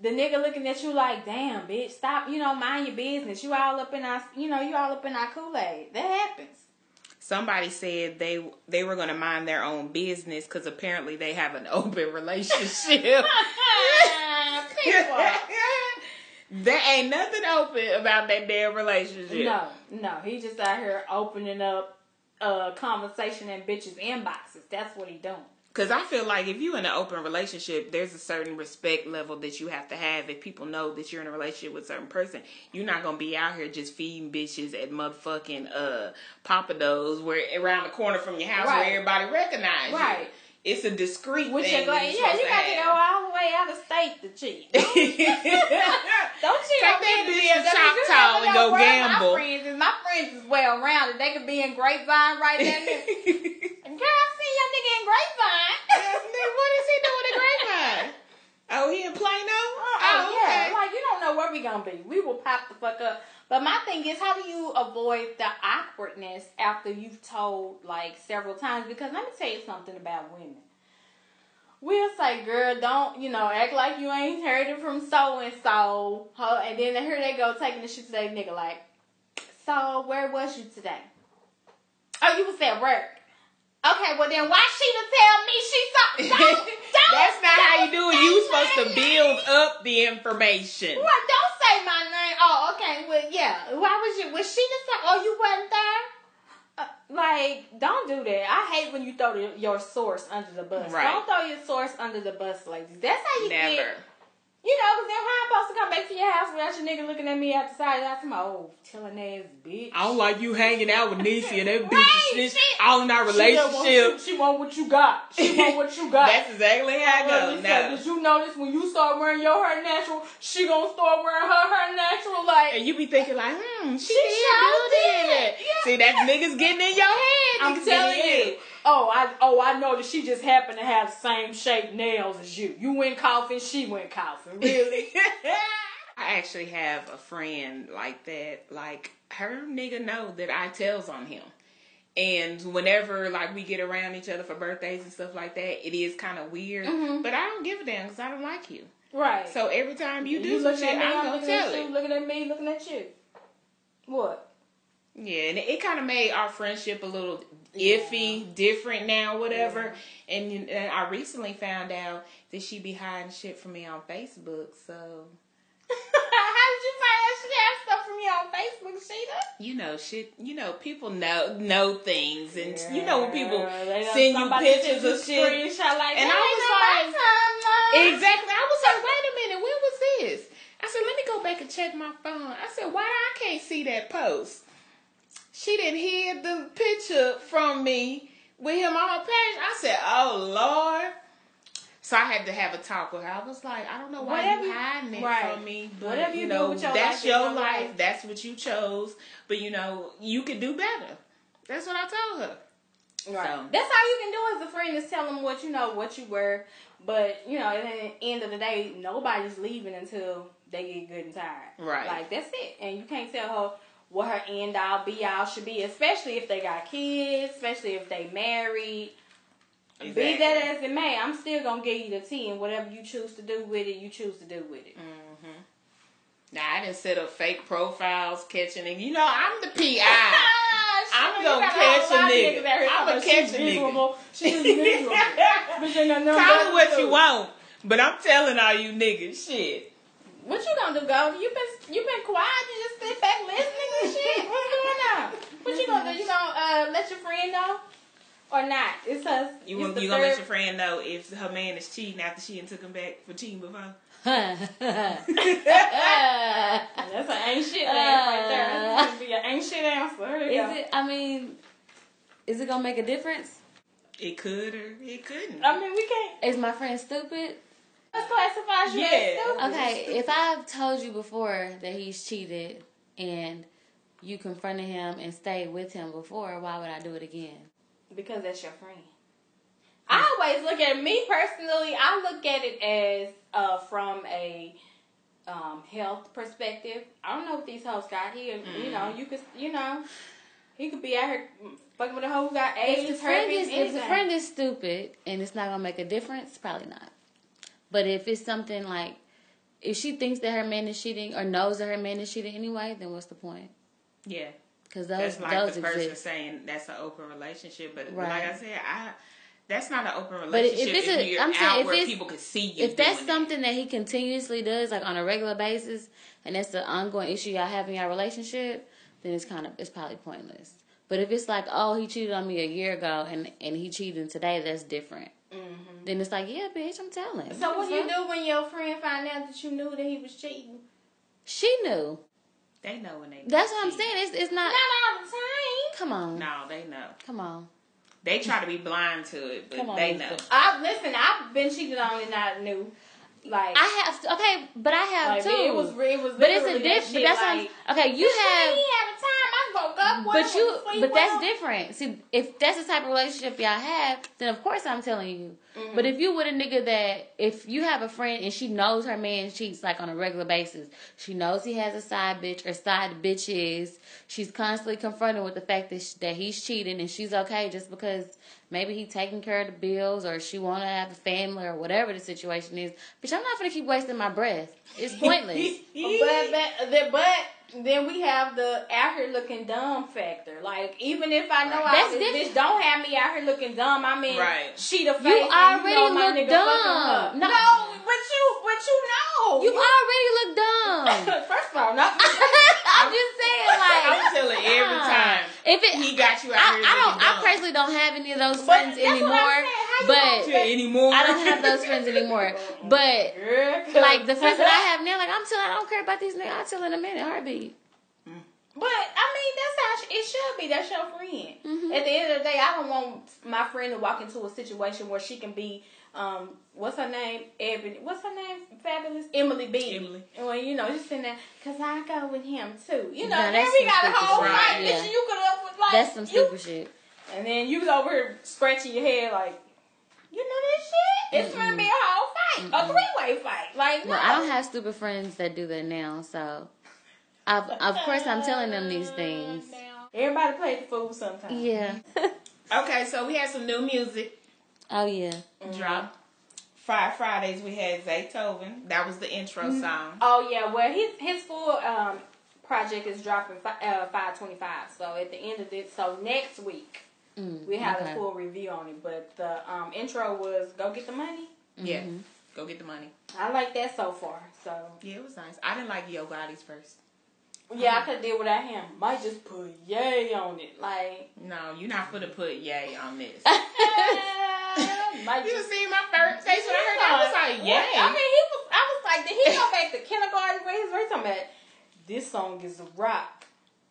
D: the nigga looking at you like, damn, bitch, stop, you know, mind your business. You all up in our, you know, you all up in our Kool Aid. That happens.
B: somebody said they they were going to mind their own business because apparently they have an open relationship.
D: People.
B: there ain't nothing open about that damn relationship.
D: No, no, he just out here opening up uh conversation in bitches' inboxes. That's what he doing.
B: Because I feel like if you in an open relationship, there's a certain respect level that you have to have. If people know that you're in a relationship with a certain person, you're not going to be out here just feeding bitches at motherfucking uh, Papa Do's where around the corner from your house
D: Right.
B: where everybody recognize you.
D: Right.
B: It's a discreet
D: With
B: thing.
D: your gla-
B: you're
D: yeah,
B: supposed
D: you got to
B: have.
D: go all the way out of state to cheat. Don't cheat
B: Take
D: on
B: that
D: me
B: bitch
D: because
B: to
D: you
B: Choctaw
D: never
B: and
D: know
B: go
D: where
B: gamble.
D: My friends is my friends is well rounded. They could be in Grapevine right down there. Girl, I see your nigga in Grapevine.
B: what is he doing in Grapevine? Oh, he in Plano? Oh,
D: Oh,
B: okay.
D: yeah. Like, you don't know where we gonna be. We will pop the fuck up. But my thing is, how do you avoid the awkwardness after you've told, like, several times? Because let me tell you something about women. We'll say, girl, don't, you know, act like you ain't heard it from so and so. And then here they go taking the shit to their nigga, like, so where was you today? Oh, you was at work. Okay, well then why she to tell me she so don't, don't
B: That's not how you do it. You
D: say
B: supposed
D: my
B: to build up the information.
D: Right, don't say my name. Oh, okay. Well, yeah. Why was you? Was she the same? Oh, you wasn't there. Uh, like, don't do that. I hate when you throw the, your source under the bus.
B: Right.
D: Don't throw your source under the bus, ladies. That's how you
B: Never.
D: get. You know, because then how I'm supposed to come back to your house without your nigga looking at me out the side of the house? I'm like, oh, telling ass bitch.
B: I don't like you hanging out with Niecy and that bitch
D: Right,
B: is snitch
D: she-
B: all in our
D: She don't want you-
B: relationship.
D: She want what you got. She want what you got.
B: That's exactly how I go.
D: Well, said,
B: No.
D: Did you notice when you start wearing your hair natural, she gonna start wearing her hair natural? Like,
B: And you be thinking like, hmm, she,
D: She
B: did
D: sure
B: do that.
D: did. Yeah.
B: See, that's niggas getting in your head.
D: I'm
B: Niggas
D: telling
B: getting in.
D: you. Oh, I oh I know that she just happened to have the same shaped nails as you. You went coughing, she went coughing. Really?
B: I actually have a friend like that. Like her nigga know that I tells on him. And whenever like we get around each other for birthdays and stuff like that, it is kind of weird.
D: Mm-hmm.
B: But I don't give a damn because I don't like you.
D: right.
B: So every time you do
D: you
B: some
D: looking
B: shit,
D: at me,
B: I'm
D: I'm
B: gonna
D: looking at
B: tell
D: you,
B: it.
D: looking at me, looking at you. What?
B: Yeah, and it kind of made our friendship a little iffy, different now, whatever. And, you- and I recently found out that she be hiding shit from me on Facebook. So
D: How did you find out she had stuff from me on Facebook, Sheeta?
B: you know, shit. You know, people know know things, and you know when people
D: Yeah, they done-
B: send you
D: somebody
B: pictures of
D: sent you a
B: shit.
D: Screenshot like,
B: And
D: that
B: I
D: ain't
B: was like,
D: on my timeline.
B: Exactly. I was like, wait a minute, when was this? I said, let me go back and check my phone. I said, why I can't see that post? She didn't hear the picture from me with him on her page. I said, oh Lord. So I had to have a talk with her. I was like, I don't know why
D: Whatever
B: you
D: you-
B: hiding it
D: right.
B: from me, but
D: Whatever
B: you
D: you
B: know
D: do with your
B: that's
D: life, it's
B: your
D: your
B: life.
D: life.
B: That's what you chose. But you know you could do better. That's what I told her. So-
D: That's all you can do as a friend is tell them what you know, what you were. But you know, at the end of the day, nobody's leaving until they get good and tired.
B: Right.
D: Like that's it, and you can't tell her what her end all be all should be, especially if they got kids, especially if they married. Be that as it may, I'm still gonna give you the tea, and whatever you choose to do with it, you choose to do with it.
B: Mm-hmm. Nah, I didn't set up fake profiles, catching it. You know, I'm the PI. Ah, I'm
D: Shit,
B: gonna
D: you got
B: catch a
D: whole lot of
B: nigga.
D: niggas out here
B: I'ma
D: talking about
B: catch
D: she's
B: a nigga.
D: miserable, She's miserable. Bitch, ain't got nothing
B: Call
D: better
B: it
D: to
B: what
D: do.
B: you want, but I'm telling all you niggas, shit.
D: What you gonna do, Gold? You been you been quiet. You just sit back listening and shit. What's going on? What you gonna do? You gonna uh, let your friend know or not? It's us.
B: You
D: it's
B: gonna,
D: the
B: you gonna let your
D: third-
B: friend know if her man is cheating after she and took him back for cheating before?
C: is
D: That's an ain't shit answer right there. That's gonna be an ain't shit answer. Here you go.
C: it? I mean, is it gonna make a difference?
B: It could or it couldn't.
D: I mean, we can't.
C: Is my friend stupid?
D: Let's classify you
B: Yeah.
D: as stupid.
C: Okay, if I've told you before that he's cheated and you confronted him and stayed with him before, why would I do it again?
D: Because that's your friend. I always look at me personally. I look at it as uh, from a um, health perspective. I don't know what these hoes got here. You know, you could, you know, he could be out here fucking with a hoe who got
C: If
D: AIDS,
C: the
D: herpes,
C: friend is if
D: anything.
C: the friend is stupid and it's not gonna make a difference, probably not. But if it's something like if she thinks that her man is cheating or knows that her man is cheating anyway, then what's the point?
B: yeah.
C: Because those
B: That's like
C: those
B: the person
C: exist.
B: saying that's an open relationship, but
C: Right.
B: like I said, I that's not an open
C: But if
B: relationship.
C: it's a-
B: you're
C: I'm
B: out
C: saying if
B: where
C: it's-
B: people can see you.
C: If that's
B: doing it.
C: something that he continuously does, like on a regular basis, and that's the ongoing issue y'all have in your relationship, then it's kind of it's probably pointless. But if it's like, oh, he cheated on me a year ago, and and he cheating today, that's different.
D: Mm-hmm.
C: Then it's like, yeah, bitch, I'm telling.
D: so what do you do when your friend find out that you knew that he was cheating?
C: She knew.
B: they know when they.
C: That's what I'm
B: cheat.
C: saying. It's it's not.
D: Not all the time.
C: Come on.
B: No, they know.
C: Come on.
B: They try to be blind to it, but
C: Come on,
B: they know.
C: Lisa.
D: I listen. I've been cheated on and I knew. Like
C: I have to, okay, but I have
D: like,
C: too.
D: It was. It was.
C: but it's a
D: literally
C: different.
D: that
C: But
D: shit,
C: that's what
D: like,
C: I'm, okay. You have,
D: Me at a time I woke up. one,
C: but you,
D: went to sleep,
C: but that's
D: one.
C: different. See, if that's the type of relationship y'all have, then of course I'm telling you.
D: Mm-hmm.
C: But if you with a nigga that, if you have a friend and she knows her man cheats like on a regular basis, she knows he has a side bitch or side bitches. She's constantly confronted with the fact that sh that he's cheating and she's okay just because maybe he taking care of the bills or she want to have a family or whatever the situation is. Bitch, I'm not gonna keep wasting my breath. It's pointless.
D: But but the, but then we have the out here looking dumb factor. Like even if I know I
C: That's
D: this
C: different.
D: bitch don't have me out here looking dumb. I mean,
B: Right.
D: she the face.
C: You
D: and
C: already
D: know my
C: look
D: nigga
C: dumb.
D: fucking her.
C: No.
D: No. but you but you know.
C: you already look dumb.
D: First of all, not
C: I'm just saying, like
B: I'm telling every
C: nah.
B: time
C: If it,
B: he got you out
C: Uh-uh. I,
B: here.
C: I don't.
B: looking
C: I
B: dumb.
C: personally don't have any of those
D: But
C: friends
D: that's what I'm
C: anymore.
D: saying. How you
C: But
D: gonna-
B: to anymore.
C: I don't have those friends anymore. But
D: Girl,
C: like the friends that I have now, like I'm telling, I don't care about these niggas. I'll tell in a minute, heartbeat.
D: But I mean, that's how sh- it should be. That's your friend. At the end of the day, I don't want my friend to walk into a situation where she can be, um, what's her name? Ebony. What's her name? Fabulous Emily B.
B: Emily.
D: And well, you know, just sitting there, cause I go with him too. You know,
C: Nah,
D: then
C: that's
D: we
C: some
D: got a
C: stupid
D: whole
B: shit.
D: fight.
C: Yeah.
D: Bitch, you could up with like
C: That's some
D: you,
C: stupid shit.
D: and then you was over here scratching your head like, you know this shit. It's gonna be a whole fight, a three way fight. Like,
C: No, I don't have stupid friends that do that now. So, I've, of course, I'm telling them these things.
D: Everybody plays the fool sometimes.
C: Yeah.
B: Okay, so we had some new music
C: Oh yeah.
B: drop. Five Fridays
C: Mm-hmm.
B: we had Zaytoven. That was the intro song.
D: Oh yeah, well his his full um, project is dropping fi- uh, five twenty five. So at the end of this, so next week
C: Mm,
D: we have
C: okay.
D: a full review on it. But the um, intro was "Go Get the Money."
C: Mm-hmm.
B: Yeah. Go get the money.
D: I like that so far. So
B: Yeah, it was nice. I didn't like Yo Gotti's first.
D: yeah,
B: Uh-huh.
D: I could deal without him. Might just put yay on it, like
B: No, you're not gonna put yay on this.
D: might
B: you
D: just.
B: see my first face when I heard that? I was like,
D: Yeah, I mean,
B: yay.
D: he was. I was like, did he go back to kindergarten where his race? I'm at. This song is a rock.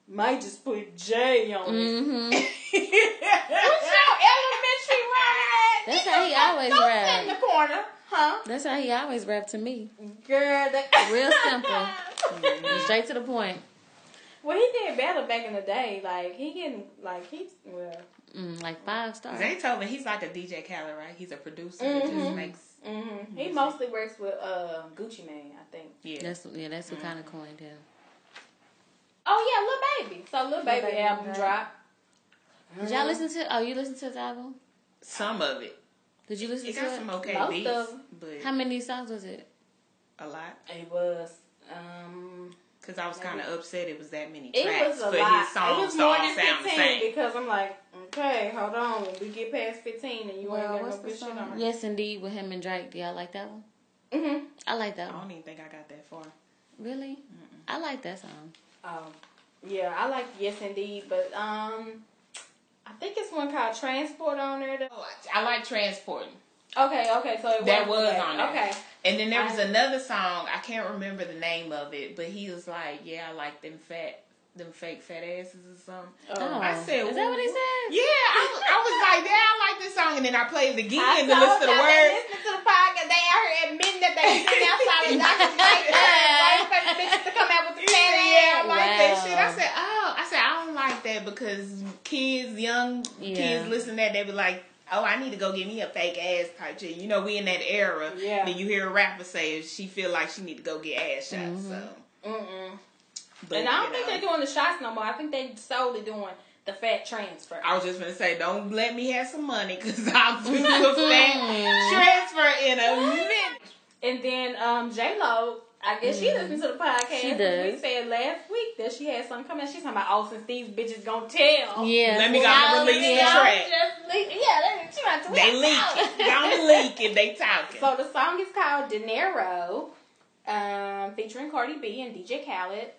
D: Might just put J on it.
C: Mm-hmm.
D: What's your elementary ride?
C: That's how he always
D: Don't sit
C: rap.
D: in the corner, huh?
C: That's how he always rap to me.
D: Girl, that
C: Real simple. Straight to the point.
D: well, he did better back in the day. Like he getting like he well.
C: Mm, like five stars.
B: Zaytoven, he's like a DJ Khaled, right? He's a producer. He just
C: Mm-hmm.
D: Mhm.
B: makes.
D: hmm He mostly works with uh Gucci Mane, I think.
B: Yeah.
C: That's yeah. That's who kind of coined him.
D: Oh yeah, Lil Baby. So Lil Baby,
B: Baby
D: album
B: Baby.
D: drop.
C: Did y'all listen to? Oh, you listened to his album?
B: Some of it.
C: Did you listen
B: It
C: to
B: got
C: it?
B: some okay
D: Most
B: beats,
D: of 'em.
B: but
C: How many songs was it?
B: a lot.
D: It was um
B: Because I was kind of upset it was that many
D: it
B: tracks,
D: was a
B: but
D: lot.
B: his songs
D: it was
B: all
D: more than
B: sound the
D: fifteen
B: same.
D: because I'm like, okay, hold on. When we get past fifteen and you ain't got no good shit on her.
C: Yes, indeed, with him and Drake. Do y'all like that one?
D: Mm-hmm.
C: I like
B: I
C: that one.
B: don't even think I got that far.
C: Really? I like that song.
D: Um, yeah, I like Yes Indeed, but um, I think it's one called Transport on there. that-
B: Oh, I, I like transporting.
D: Okay, okay, so it
B: That was on there.
D: Okay,
B: And then there was
D: I-
B: another song I can't remember the name of it, but he was like, "Yeah, I like them fat, them fake fat asses or something."
C: Oh,
D: Oh.
B: I said,
C: is that what he
B: "Ooh."
C: said?
B: Yeah, I was, I was like, "Yeah, I like this song," and then I played it
D: I
B: again to
D: told
B: listen to the
D: y'all they
B: words.
D: Listen to the podcast. They out here admitting that they sitting outside the doctor's like, waiting for the bitches to come out with the
B: He
D: fat
B: said,
D: ass.
B: yeah, I like
C: Wow.
B: that shit. I said, oh, I said I don't like that because kids, young
C: Yeah.
B: kids, listen to that they be like, oh, I need to go get me a fake ass type shit. You know, we in that era.
D: Yeah.
B: Then you hear a rapper say she feel like she need to go get ass shots. So,
D: Mm-mm.
B: but
D: and I don't
B: you
D: think
B: know.
D: they're doing the shots no more. I think they solely doing the fat transfer.
B: I was just gonna say, don't let me have some money because I'll do a fat transfer in a minute.
D: And then um, J Lo, I guess she listened to the podcast.
C: Mm. She does.
D: We said last week that she had something coming. She's talking about, oh, since these bitches gonna tell.
C: Yeah.
B: Oh. Let me go and
C: Y'all-
B: release the
C: yeah.
B: track.
D: Just leak. Yeah, they, she about to
B: They leak. Don't leak if they talking.
D: So the song is called Dinero, um, featuring Cardi B and DJ Khaled.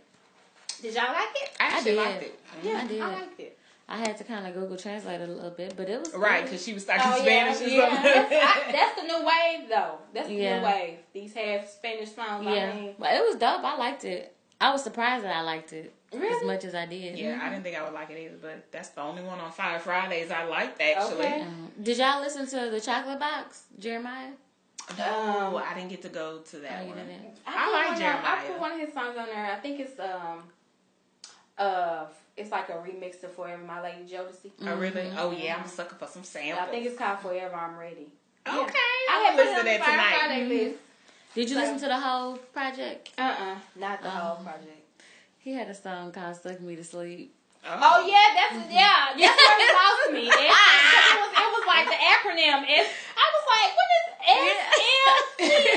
D: Did y'all like it?
B: I actually
C: I did.
B: liked it.
C: Yeah, I did.
D: I liked it.
C: I had to kind of Google Translate a little bit, but it was
B: Right,
C: good.
B: because she was talking
D: Oh yeah,
B: Spanish or
D: yeah. That's,
B: something.
D: I, that's the new wave though. That's the
C: Yeah.
D: new wave. These half Spanish songs. I
C: yeah,
D: mean,
C: but it was dope. I liked it. I was surprised that I liked it as
D: Really?
C: much as I did.
B: Yeah, I didn't think I would like it either, but that's the only one on Fire Fridays I liked actually.
D: Okay.
C: Um, did y'all listen to the Chocolate Box, Jeremiah?
D: Um,
B: No, Oh, I didn't get to go to that
C: Oh, you
B: one.
C: didn't.
B: I like
D: put one on- I put
B: Jeremiah.
D: one of his songs on there. I think it's um, uh, it's like a remix of "Forever My Lady" Jodeci.
B: Oh really? Oh yeah, I'm a sucker for some samples.
D: Mm-hmm. I think it's called "Forever I'm Ready."
B: okay.
D: yeah.
B: I
D: I
B: had
D: had
B: listen to
D: put it
B: that
D: on the Fire
B: tonight. Mm-hmm.
D: Friday list.
C: Did you
D: So-
C: listen to the whole project?
D: Uh-uh, not the whole
C: Um,
D: project.
C: He had a song called "Suck Me to Sleep."
D: Oh yeah, that's yeah. That's where it lost me. It, it was it was like the acronym. It's, I was like, what is S M T S?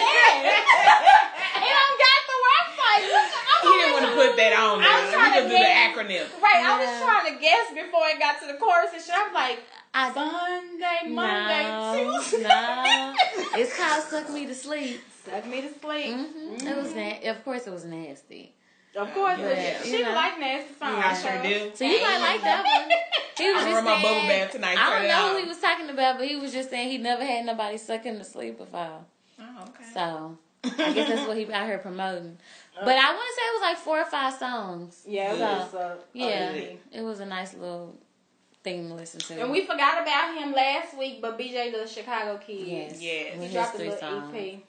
D: And I got the word like, what the, I'm
B: He didn't
D: like,
B: want to put that on
D: I was
B: there. We
D: trying to
B: could do the
D: guess.
B: acronym.
D: Right, I was
C: Yeah.
D: trying to guess before it got to the chorus and shit. I'm like,
C: I
D: Sunday,
C: No,
D: Monday, Tuesday.
C: no. It's called "Suck Me to Sleep."
D: Suck me to sleep.
C: hmm It was
D: Mm-hmm.
C: na- of course it was nasty.
D: Of course,
B: Yeah,
D: it is.
C: you
D: she
C: know.
D: like nasty songs.
B: I sure do.
C: So you might like that one. He was
B: I'm
C: just
B: wearing my bubble
C: saying-
B: bath tonight.
C: I don't
B: turn it
C: know who
B: on.
C: he was talking about, but he was just saying he never had nobody suck him to sleep before.
B: Oh, okay.
C: So I guess that's what he out here promoting. But I want to say it was like four or five songs.
D: Yeah, it was. Uh,
C: Yeah,
B: Okay.
C: it was a nice little thing to listen to.
D: And we forgot about him last week, but BJ the Chicago Kid.
C: yes,
B: Yes.
C: we
D: He
C: dropped
D: dropped a
C: three
D: little E
C: songs.
D: EP.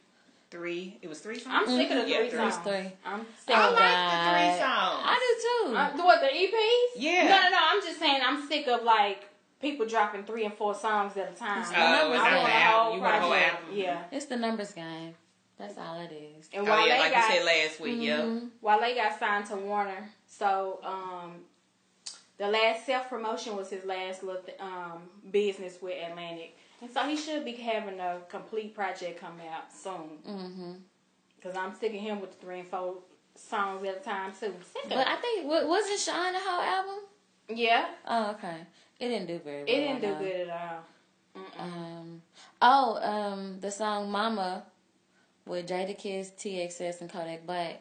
B: three. It was three songs.
D: I'm sick of the
B: Mm-hmm. Yeah,
D: three
B: three.
D: songs.
C: Three.
D: I'm sick.
B: I
C: Oh,
D: of
C: God.
B: like the three songs.
C: I do too.
D: uh, what the EPs?
B: Yeah.
D: No, no, no. I'm just saying I'm sick of like people dropping three and four songs at a time.
C: Oh,
D: I
B: Oh,
D: want
B: it's
D: a
B: not
C: want
B: the
C: a
B: album.
D: whole
B: You want a whole
D: project.
B: album.
D: Yeah.
C: it's the numbers game. That's all it is.
D: And
B: Oh
D: Wale
B: yeah, like
D: got
B: you said last week. Yep.
C: Mhm.
D: Wale got signed to Warner, so um, the last self promotion was his last little th- um business with Atlantic, and so he should be having a complete project come out soon.
C: Mhm.
D: Cause I'm sick of him with the three and four songs at a time too. Sick of
C: But
D: it.
C: I think wa- wasn't Sean the whole album?
D: yeah,
C: Oh, okay. It didn't do very well.
D: it didn't
C: I
D: do
C: know.
D: good at all. Mm-mm.
C: Um, oh, um, the song "Mama" with Jada Kiss, TXS, and Kodak Black.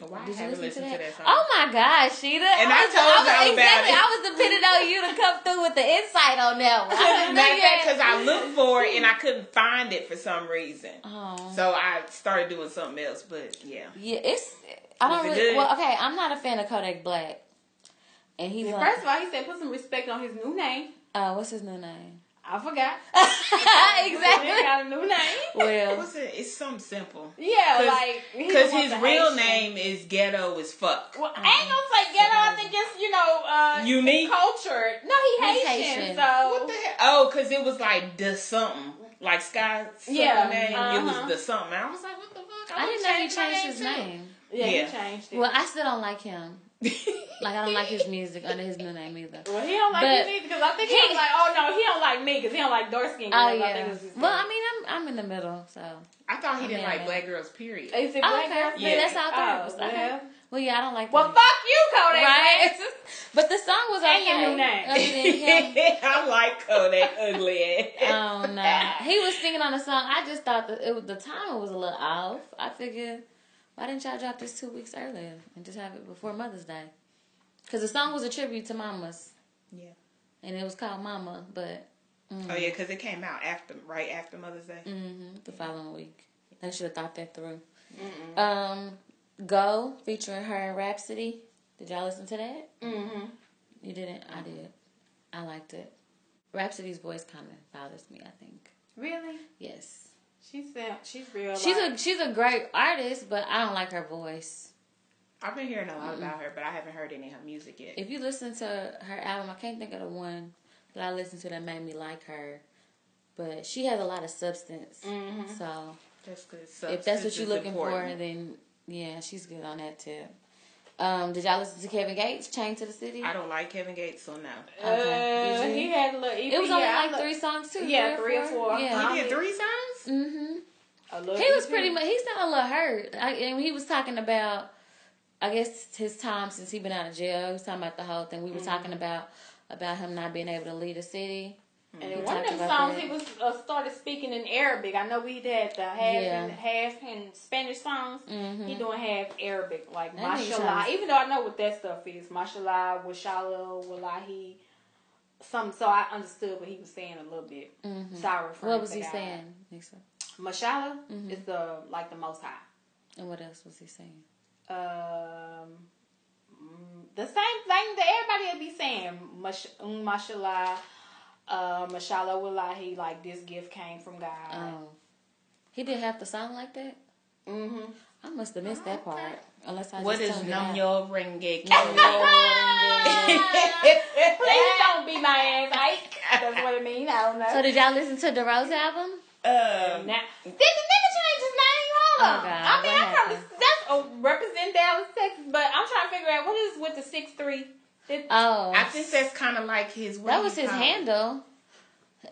B: Why
C: Did you
B: haven't
C: listen to
B: listened
C: that?
B: to that song?
C: Oh my gosh, Sheeta!
B: And I
C: was-
B: told
C: was-
B: y'all about
C: exactly.
B: it.
C: I was depending on you to come through with the insight on that one.
B: Matter
C: I knew
B: of
C: you
B: fact,
C: had-
B: because I looked for it and I couldn't find it for some reason.
C: Oh.
B: So I started doing something else, but yeah.
C: Yeah, it's. I
B: Was
C: don't
B: it
C: really.
B: good?
C: Well, okay, I'm not a fan of Kodak Black. And he's on.
D: First of all, he said put some respect on his new name.
C: uh, what's his new name?
D: I forgot. He
C: exactly.
D: got a new name.
C: Well,
B: What's it? It's something simple.
D: Yeah,
B: 'Cause-
D: like he
B: Because
D: wants
B: his
D: a
B: real
D: Haitian.
B: name is ghetto as fuck.
D: Well, I ain't gonna say ghetto. I think it's you know uh,
B: Unique?
D: culture. No, he
C: He's
D: Haitian,
C: Haitian.
D: So
B: What the hell? Oh, because it was like the something. Like Sky something
D: Yeah,
B: name. It
D: uh-huh.
B: was the something. I was like, what the fuck?
C: I didn't know he changed his
B: my
C: name.
D: yeah,
B: Yeah.
D: he changed it.
C: Well,
D: Well,
C: I still don't like him.
B: too.
C: Like I don't like his music under his new name either.
D: he don't like
C: but-
D: me either because I think he,
C: He-
D: was like, oh no, he don't like niggas. He don't like dark skin. girls.
C: Oh
D: I think
C: yeah.
D: it's just-
C: Well, I mean, I'm I'm in the middle, so.
B: I thought he didn't
C: Yeah.
B: like black girls, period.
D: is it
C: Oh,
D: black
C: okay.
D: girls?
C: Yeah, that's all
D: Oh,
C: thirds. Okay.
D: well.
C: Well, yeah, I don't like.
D: Well,
C: them.
D: fuck you, Kodak.
C: Right.
D: Black.
C: But the song was okay.
D: And your new name.
C: Other than him.
B: I like Kodak ugly ass.
C: Oh no, he was singing on the song. I just thought that it was, the timing was a little off. I figured, why didn't y'all drop this two weeks earlier and just have it before Mother's Day? Because the song was a tribute to mamas,
B: yeah.
C: and it was called Mama, but
B: Oh
C: Mm-hmm.
B: yeah, because it came out after, right after Mother's Day.
C: hmm the following week they should have thought that through. Um, Go featuring her and Rhapsody. Did y'all listen to that? Mm-hmm.
D: Mhm.
C: You didn't? I did. I liked it. Rhapsody's voice kind of bothers me. I think.
D: Really?
C: Yes.
D: She's she's real.
C: She's
D: like,
C: a she's a great artist, but I don't like her voice.
B: I've been hearing a lot about her, but I haven't heard any of her music yet.
C: If you listen to her album, I can't think of the one that I listened to that made me like her. But she has a lot of substance. So
B: That's good.
C: if that's what you're looking for, then yeah, she's good on that tip. Um, did y'all listen to Kevin Gates, Chain to the City?
B: I don't like Kevin Gates, so no.
C: Okay.
D: Uh,
C: Did you-
D: he had a little. EP.
C: it was only
D: Yeah, I
C: like
D: look-
C: three songs too.
D: Yeah, three or four.
B: He
C: Yeah.
D: Huh?
B: did three songs.
C: Mm-hmm.
D: a little
C: He was
D: EP.
C: pretty much. He sounded a little hurt. I, and he was talking about, I guess, his time since he been out of jail. He was talking about the whole thing. We
D: Mm-hmm.
C: were talking about about him not being able to lead a city.
D: And in
C: We
D: one of
C: talked
D: them
C: about
D: songs,
C: that.
D: he was uh, started speaking in Arabic. I know we had the half
C: Yeah. Mm-hmm.
D: and half and Spanish songs. He doing half Arabic, like
C: That nigga
D: mashallah.
C: sounds-
D: Even though I know what that stuff is, mashallah, washala, wallahi, some. So I understood what he was saying a little bit.
C: Mhm.
D: Sorry for
C: What was he saying? Nixon?
D: Mashallah
C: Mm-hmm.
D: is the like the Most High.
C: And what else was he saying?
D: Um, mm, the same thing that everybody will be saying. Mash- um, Mashallah, uh, Mashallah, Wallahi, like this gift came from God.
C: Um, he did have to sound like that.
D: Mm-hmm.
C: I must have missed that part. Unless I
B: What
C: just
B: is
C: tuned it out.
B: Nam Yo Renge?
D: Please don't be my ass, Ike. That's what it means. I don't know.
C: So did y'all listen to the Rose album?
B: Um,
D: now, did the nigga change his name? Hold
C: Oh,
D: on.
C: God,
D: I mean,
C: what
D: I probably
C: happened?
D: that's oh, represent Dallas, Texas, but I'm trying to figure out what is with the six three.
C: Oh,
B: I think that's kind of like his. what
C: that
B: do
C: was
B: you
C: his
B: call it?
C: handle.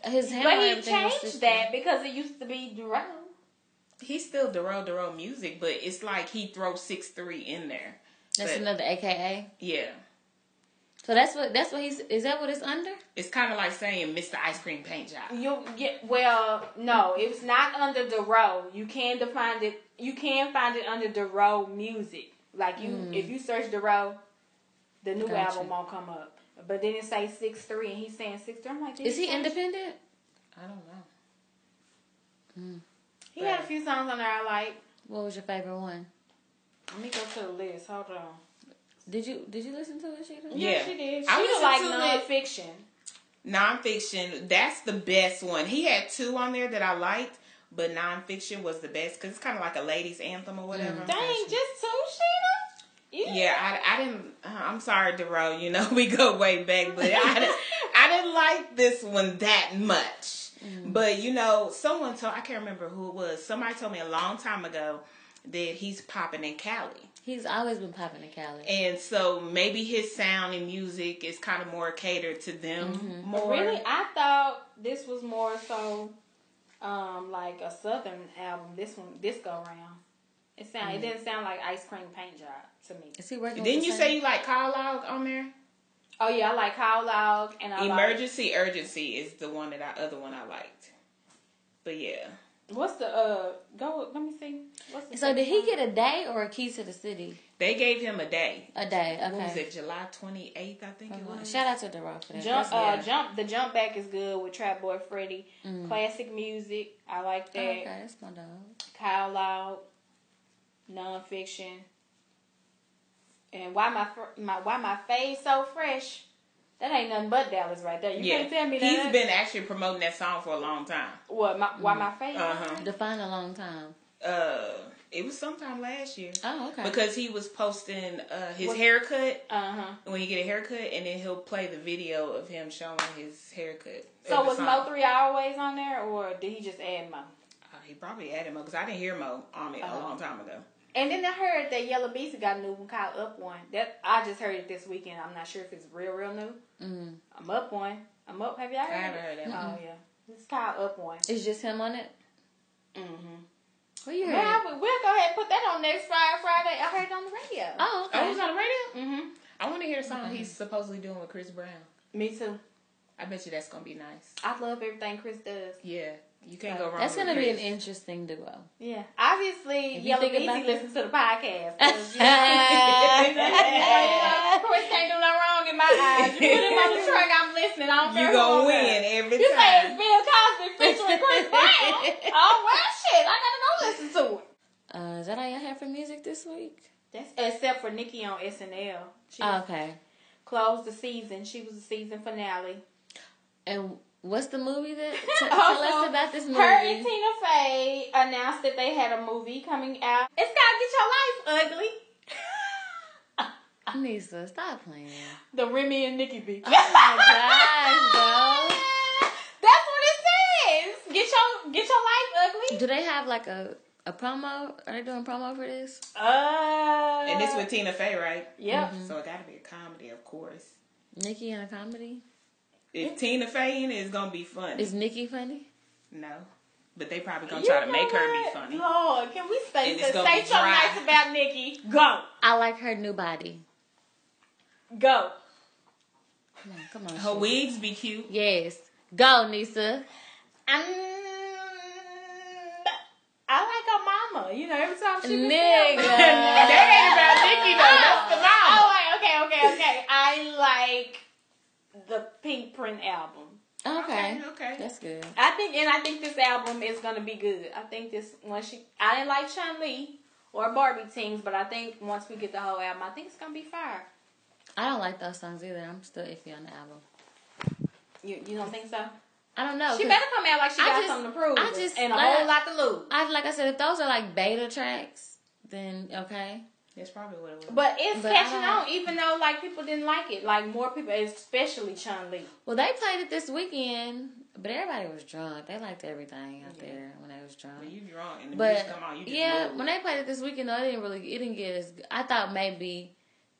C: His handle.
D: But he
C: everything was
D: changed
C: sister.
D: that because it used to be Jerome.
B: He's still Darrell Darrell music, but it's like he throws six three in there.
C: That's
B: But-
C: another AKA.
B: Yeah,
C: So that's what that's what he's is that what it's under?
B: it's kind of like saying Mr. Ice Cream Paint Job.
D: You yeah, well, no, it was not under the row. You can define it. You can find it under the row music. Like you, if you search the row, the new
C: Hmm. Gotcha.
D: album won't come up. But then it say six three, and he's saying six three. I'm like, did
C: Is he
D: change-
C: independent?
B: I don't know.
D: He had a few songs on there. I like.
C: What was your favorite one?
D: Let me go to the list. Hold on.
C: Did you did you listen to it, Sheeta?
D: Yeah,
B: Yeah.
D: she did. She
B: I
D: was
B: listened
D: like
B: to
D: nonfiction.
B: Nonfiction, that's the best one. He had two on there that I liked, but nonfiction was the best because it's kind of like a ladies' anthem or whatever.
D: Dang, just two, Sheena. You didn't-
B: Yeah, I, I didn't. uh, I'm sorry, Darrell. You know we go way back, but I, didn't- I didn't like this one that much. But you know, someone told I can't remember who it was. Somebody told me a long time ago that he's popping in Cali,
C: He's always been popping in Cali.
B: and so maybe his sound and music is kind of more catered to them
D: Mm-hmm.
B: more.
D: Really, I thought this was more so, um, like a southern album. This one, this go round. It sound it didn't sound like ice cream paint job to me.
C: Is he working?
B: Didn't
C: with
B: you
C: the
B: say
C: same-
B: you like Kyle Log on there?
D: Oh yeah, I like How Loud and I like
B: Emergency Urgency is the one that I other one I liked. But yeah.
D: what's the uh go let me see. What's the
C: So did he get a day or a key to the city?
B: They gave him a day.
C: A day.
B: What was
C: Okay.
B: it, July twenty eighth, I think it
D: Uh-huh.
B: was.
C: Shout out to the rock for that.
D: Jump,
B: Yeah.
D: uh, jump. The jump back is good with Trap Boy Freddy. Classic music, I like that.
C: okay, that's my dog.
D: Kyle Loud, nonfiction, and why my fr- my why my fade so fresh? That ain't nothing but Dallas right there. You
B: yeah.
D: can't tell me that.
B: He's been actually promoting that song for a long time.
D: what my why my fade?
B: Uh-huh.
C: Define a long time.
B: Uh it was sometime last year.
C: Oh, okay.
B: Because he was posting uh, his
D: What-
B: haircut
D: Uh huh.
B: when he get a haircut, and then he'll play the video of him showing his haircut.
D: So
B: of the
D: was Mo
B: song.
D: three always on there, or did he just add Mo?
B: Uh, he probably added Mo because I didn't hear Mo on
D: Oh.
B: it a long time ago.
D: And then I heard that Yellow Beast got a new one called Up One. That I just heard it this weekend. I'm not sure if it's real, real new.
C: Mm.
D: I'm up one. I'm up. Have y'all heard?
B: I haven't
D: it?
B: heard that one.
D: Oh yeah, it's called Up One.
C: It's just him on it.
D: Mm-hmm.
C: Where you heard?
D: Well, I
C: it?
D: would- we'll go ahead and put that on next Friday. Friday, I heard it on the radio.
C: Oh,
B: Oh, it
C: okay.
B: was on the radio.
D: Mm-hmm.
B: I want to hear a song he's supposedly doing with Chris Brown.
D: Me too.
B: I bet you that's gonna be nice.
D: I love everything Chris does.
B: Yeah, you can't go wrong.
C: That's
B: with
C: gonna be an
B: Chris.
C: interesting duo.
D: Yeah. Obviously,
C: If you
D: Yellow
C: think
D: Beezy
C: about it-
D: listens to the podcast. 'cause, you know, Chris can't do no wrong in my eyes. You put him on the truck, I'm listening. I don't care
B: You
D: who
B: gonna
D: on
B: win
D: there.
B: every
D: You say it's
B: time.
D: Bill Cosby featuring Chris Brown? Oh, well, shit. I gotta go listen to it.
C: Uh, is that all y'all have for music this week? Ah,
D: That's except for Nikki on SNL. She
C: okay.
D: closed the season. She was the season finale.
C: And what's the movie that? T- tell
D: Also,
C: us about this movie.
D: Oh, Her and Tina Fey announced that they had a movie coming out. It's called Get Your Life Ugly.
C: Nisa, stop playing.
D: the Remy and Nikki beat.
C: Oh my gosh,
D: That's what it says. Get your get your life
C: bro.
D: ugly.
C: Do they have like a a promo? Are they doing promo for this?
D: Uh,
B: And it's with Tina Fey, right?
D: yep.
B: So it gotta be a comedy, of course.
C: Nikki in a comedy?
B: If Tina Fey in it, it's gonna be funny.
C: Is Nikki funny?
B: no, but they probably gonna
D: You
B: try to
D: know
B: make her be
D: what?
B: funny.
D: Lord, can we say
B: And it's
D: say
B: gonna be
D: something
B: dry.
D: nice about Nikki? Go,
C: I like her new body.
D: go.
C: Come on, come on.
B: Her
C: Shay.
B: wigs be cute.
C: Yes. Go, Nisa.
D: Um, I like her mama. You know, every time she be filmed,
C: Nigga.
B: that ain't about Nikki though. That's the mama.
D: Oh, wait, okay, okay, okay. I like the Pink Print album.
C: Okay.
B: Ah! Okay.
C: That's good.
D: I think, and I think this album is gonna be good. I think this once she, I didn't like Chun Li or Barbie Teens, but I think once we get the whole album, I think it's gonna be fire.
C: I don't like those songs either. I'm still iffy on the album.
D: You, you don't think so?
C: I don't know.
D: She
C: 'cause
D: better come out like she
C: I
D: got
C: just-
D: something to prove.
C: I just
D: and a
C: like-
D: whole lot to lose.
C: I like I said, if those are like beta tracks, then okay.
B: That's probably what it was.
D: But it's
C: But I
D: catching
C: don't-
D: on, even though like people didn't like it. Like more people, especially Chun Li.
C: Well, they played it this weekend, but everybody was drunk. They liked everything out there when they was drunk.
B: When you drunk and the
C: But
B: music come on, you just
C: yeah,
B: move.
C: when they played it this weekend, though, it didn't really, it didn't get as. g- I thought maybe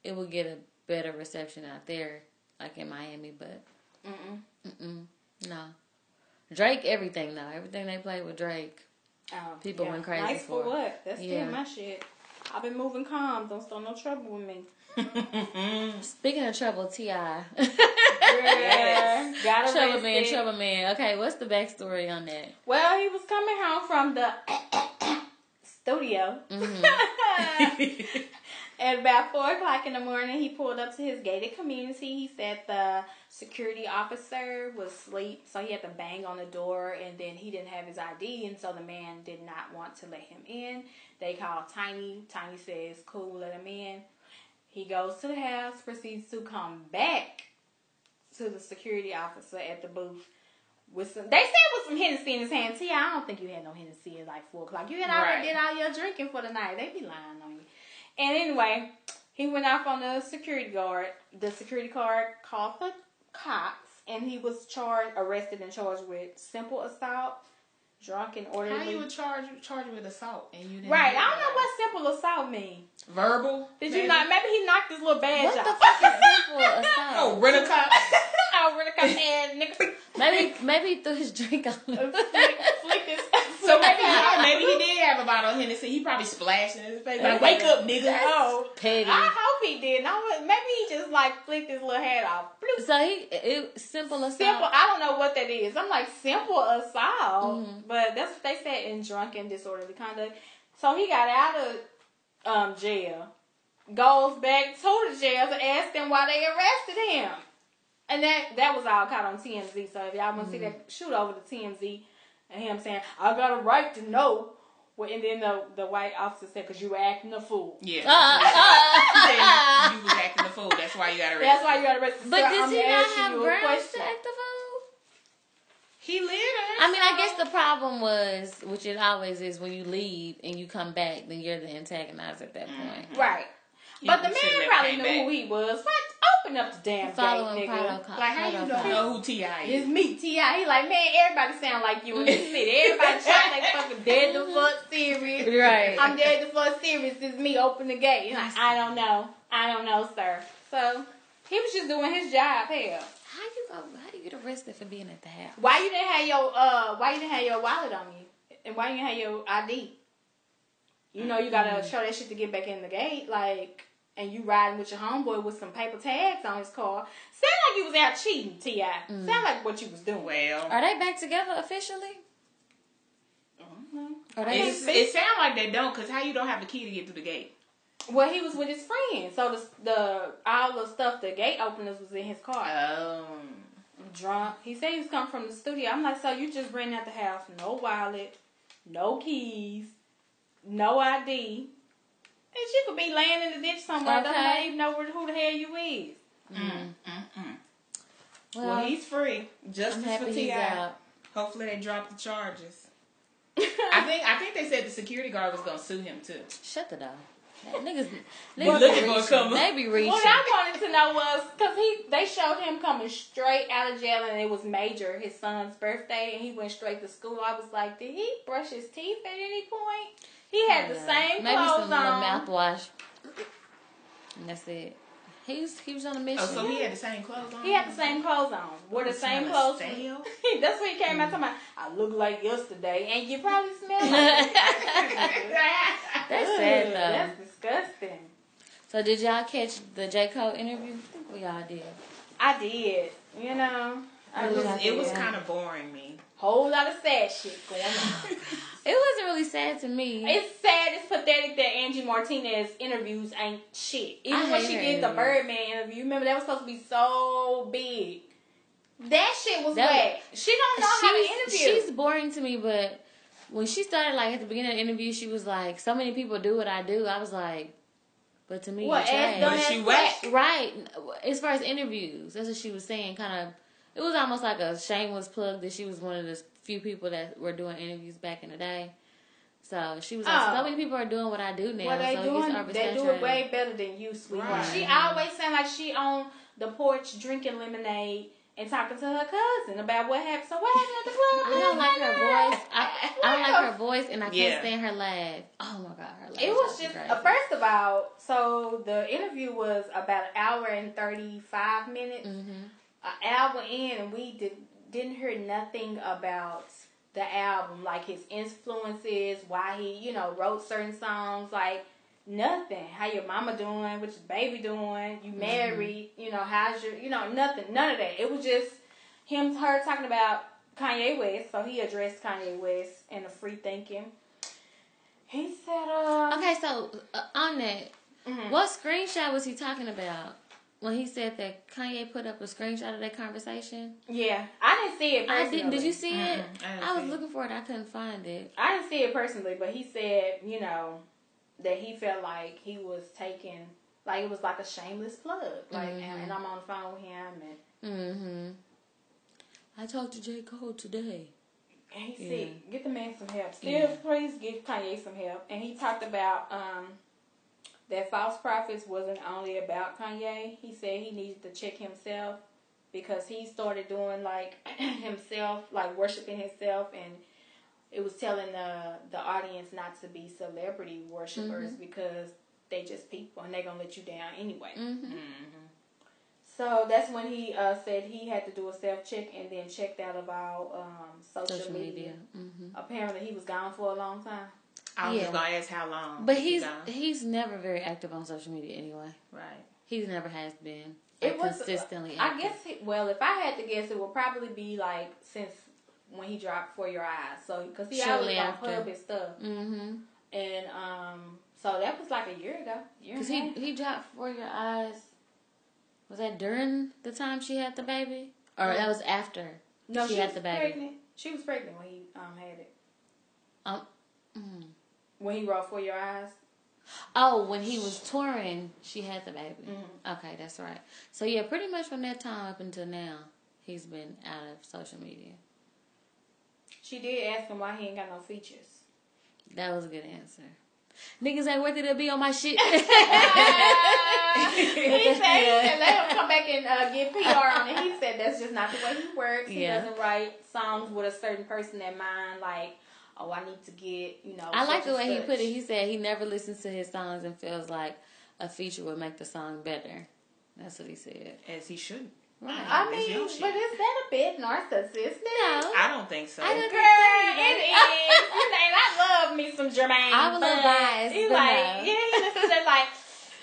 C: it would get a better reception out there, like in Miami, but
D: Mm-mm.
C: mm-mm, no. Drake, everything though, everything they played with Drake.
D: Um,
C: People went crazy
D: Nice
C: for it.
D: for what? That's
C: Yeah.
D: still my shit. I've been moving calm. Don't start no trouble with me.
C: Speaking of trouble, Ti,
D: Yes. Got
C: trouble man,
D: arrested.
C: trouble man. Okay, what's the backstory on that?
D: Well, he was coming home from the studio.
C: Mm-hmm.
D: At about four o'clock in the morning, he pulled up to his gated community. He said the security officer was asleep, so he had to bang on the door, and then he didn't have his ID, and so the man did not want to let him in. They called Tiny. Tiny says, "Cool, let him in." He goes to the house, proceeds to come back to the security officer at the booth with some. They said with some Hennessy in his hand. T, I don't think you had no Hennessy at like four o'clock. You had already
B: Right.
D: did all your drinking for the night. They be lying on you. And anyway, he went off on the security guard. The security guard called the cops, and he was charged, arrested, and charged with simple assault, drunk and orderly.
B: How you would charge charge with assault and you didn't
D: right?
B: do
D: I don't know
B: that?
D: what simple assault mean.
B: verbal.
D: Did
B: maybe?
D: you not? Maybe he knocked his little badge
C: What
D: off.
C: the fuck is simple assault?
B: Oh, rent a cop.
D: I would have come in, nigga.
C: Maybe, maybe he threw his drink on.
D: flick, flick his,
B: So maybe, yeah, maybe he did have a bottle of Hennessy. He probably splashed it in his face. Like, wake up, nigga.
D: Oh,
C: Petty.
D: I hope he didn't. I was, maybe he just like flicked his little head off. Bloop.
C: So he, it, simple assault.
D: Simple. I don't know what that is. I'm like simple assault,
C: Mm-hmm.
D: but that's what they said in drunken disorderly conduct. So he got out of um, jail, goes back to the jail to ask them why they arrested him, and that that was all caught on TMZ. So if y'all want to see
C: Mm-hmm.
D: that, shoot over to TMZ and him saying, "I got a right to know." Well, and then the the white officer said, "Cause you were acting a fool."
B: Yeah.
C: Uh, uh,
B: you was acting the fool. That's why you got arrested.
D: That's why you got arrested.
C: but
D: Sir,
C: does
D: I'm
C: he not
D: asking
C: have
D: you a
C: grounds to
D: question.
C: act the fool?
B: He lived.
C: I mean, I guess the problem was, which it always is, when you leave and you come back, then you're the antagonist at that point.
B: Mm-hmm.
D: Right. But the
B: You shouldn't
D: man
B: have
D: probably
B: came
D: knew
B: back.
D: who he was. Like, open up the damn
C: Following
D: gate, nigga.
C: protocol.
B: Like, how you don't know who T.I. is?
D: It's me, T.I. He like, man, everybody sound like you in this city. Everybody trying like fucking dead
B: Mhm.
D: the fuck serious.
C: Right.
D: I'm dead the fuck serious. It's me, open the gate. He's like, I don't know. I don't know, sir. So, he was just doing his job, hell.
C: How you go? How you get arrested for being at the house?
D: Why you didn't have your, uh, why you didn't have your wallet on you? And why you didn't have your ID? You know, you gotta show that shit to get back in the gate, like, and you riding with your homeboy with some paper tags on his car. Sound like you was out cheating, T.I. Sound like what you was doing.
B: Well,
C: Are they back together officially? Are they?
B: it's, it sounds like they don't, because how you don't have a key to get through the gate?
D: Well, he was with his friends, so the, the all the stuff, the gate openers was in his car.
B: Um,
D: Drunk, he said he was coming from the studio. I'm like, so you just renting out the house, no wallet, no keys, no ID, and she could be laying in the ditch somewhere. Don't
C: Okay.
D: nobody even know where, who the hell you is.
B: mm-mm.
C: well,
B: Mm, Well, he's free.
C: I'm
B: Justice
C: happy
B: for
C: he's
B: T.I.
C: out.
B: Hopefully they drop the charges. I think I think they said the security guard was gonna sue him too.
C: Shut the door. That Niggas,
B: Well,
C: niggas
B: look
C: be
B: at what
C: reaching.
B: come up.
C: They be reaching.
D: What I wanted to know was because he they showed him coming straight out of jail and it was major his son's birthday and he went straight to school. I was like, did he brush his teeth at any point? He had the same
C: Maybe
D: clothes
C: some little
D: on.
C: mouthwash. And that's it. He was he was on a mission.
B: Oh, so he had the same clothes on.
D: He had the same clothes on. Wore the
B: He
D: same
B: smell
D: clothes.
B: like stale.
D: That's what he came out talking about. I look like yesterday, and you probably smell like.
C: That's
D: Ugh,
C: sad though.
D: That's disgusting.
C: So did y'all catch the J Cole interview? I think we all did.
D: I did. You know, I
B: It
D: was
B: was, it was
C: Yeah.
B: kind of boring me.
D: whole lot of sad shit going on.
C: It wasn't really sad to me.
D: It's sad. It's pathetic that Angie Martinez interviews ain't shit. Even
C: I
D: when
C: hate
D: she
C: her
D: did the
C: interviews.
D: Birdman interview, remember that was supposed to be so big. That shit was
C: That was-
D: whack. She don't know how to
C: she's,
D: interview.
C: she's boring to me, but when she started like at the beginning of the interview, she was like, "So many people do what I do." I was like, "But to me,
D: What
C: you're
D: ass
C: trash."
D: dumb
B: But she
D: ass
B: whack.
D: whack.
C: Right. As far as interviews, that's what she was saying. Kind of, it was almost like a shameless plug that she was one of the few people that were doing interviews back in the day. So she was like,
D: Oh.
C: so many people are doing what I do now.
D: What they
C: so you
D: doing?
C: start
D: They do it
C: saturating.
D: way better than you, sweetheart.
B: Right.
D: She always sound like she on the porch drinking lemonade and talking to her cousin about what happened. So what happened at the club?
C: I don't like her voice. I, I don't like her voice, and I can't
B: Yeah.
C: stand her laugh. Oh my god, her laugh.
D: It was just uh, first of all, so the interview was about an hour and thirty five minutes.
C: Mm-hmm.
D: an hour in and we did, didn't hear nothing about the album like his influences why he you know wrote certain songs like nothing how your mama doing what your baby doing you
C: Mm-hmm.
D: married you know how's your you know nothing none of that it was just him her talking about kanye west so he addressed kanye west and the free thinking he said uh
C: Okay, so uh, on that,
D: mhm.
C: what screenshot was he talking about when he said that Kanye put up a screenshot of that conversation?
D: yeah i didn't see it
C: I
D: personally.
C: didn't. Did you see it?
B: Mm-mm, I didn't
C: I was
B: see it.
C: looking for it. I couldn't find it.
D: I didn't see it personally, but he said, you know, that he felt like he was taken, like it was like a shameless plug. Like, and, and I'm on the phone with him, and,
C: Mm-hmm. I talked to J Cole today.
D: and he said, get the man some help. Still, please give Kanye some help. And he talked about um, that false prophets wasn't only about Kanye. He said he needed to check himself because he started doing like himself, like worshiping himself, and it was telling the the audience not to be celebrity worshipers because they just people and they're gonna let you down anyway.
C: Mm-hmm.
B: Mm-hmm.
D: So that's when he uh, said he had to do a self check and then checked out of all um, social,
C: Social
D: media.
C: media. hmm
D: Apparently, he was gone for a long time.
B: I was just
C: Yeah.
B: gonna ask how long.
C: But
B: he
C: he's
B: gone.
C: he's never very active on social media anyway.
B: right.
C: He's never has been.
D: It
C: Like,
D: was- uh,
C: consistently.
D: I
C: active.
D: guess, he, well, if I had to guess, it would probably be like since when he dropped For Your Eyes. So, because he
C: Shortly
D: always on
C: after.
D: Hub and stuff.
C: Mm-hmm.
D: And um, so that was like a year ago. Year
C: Cause
D: and
C: he
D: a half.
C: he dropped for your eyes. Was that during the time she had the baby, or that was after?
D: Mm-hmm. no,
C: she
D: she,
C: had
D: was
C: the baby.
D: pregnant. She was pregnant when he um, had it.
C: Mm.
D: When he wrote For Your Eyes.
C: Oh, when he was touring, she had the baby.
D: Mhm.
C: Okay, that's right. So yeah, pretty much from that time up until now, he's been out of social media.
D: She did ask him why he ain't got no features.
C: That was a good answer. Niggas ain't worth it to be on my shit.
D: he said he said let him come back and uh, get PR on it. He said that's just not the way he works. He
C: Yeah.
D: doesn't write songs with a certain person in mind, like, oh, I need to get, you know.
C: I like
D: such
C: the
D: and
C: way he
D: such.
C: put it. He said he never listens to his songs and feels like a feature would make the song better. That's what he said.
B: As he should.
C: Right.
D: I
B: That's
D: mean,
B: your
D: but is
B: shit.
D: that a bit narcissistic?
C: No.
B: I don't think so.
C: I don't-
D: Girl, it is. You know, and I love me some Jermaine.
C: I'm a little
D: but
C: biased,
D: He
C: but
D: like,
C: no.
D: yeah, he listens to that, like,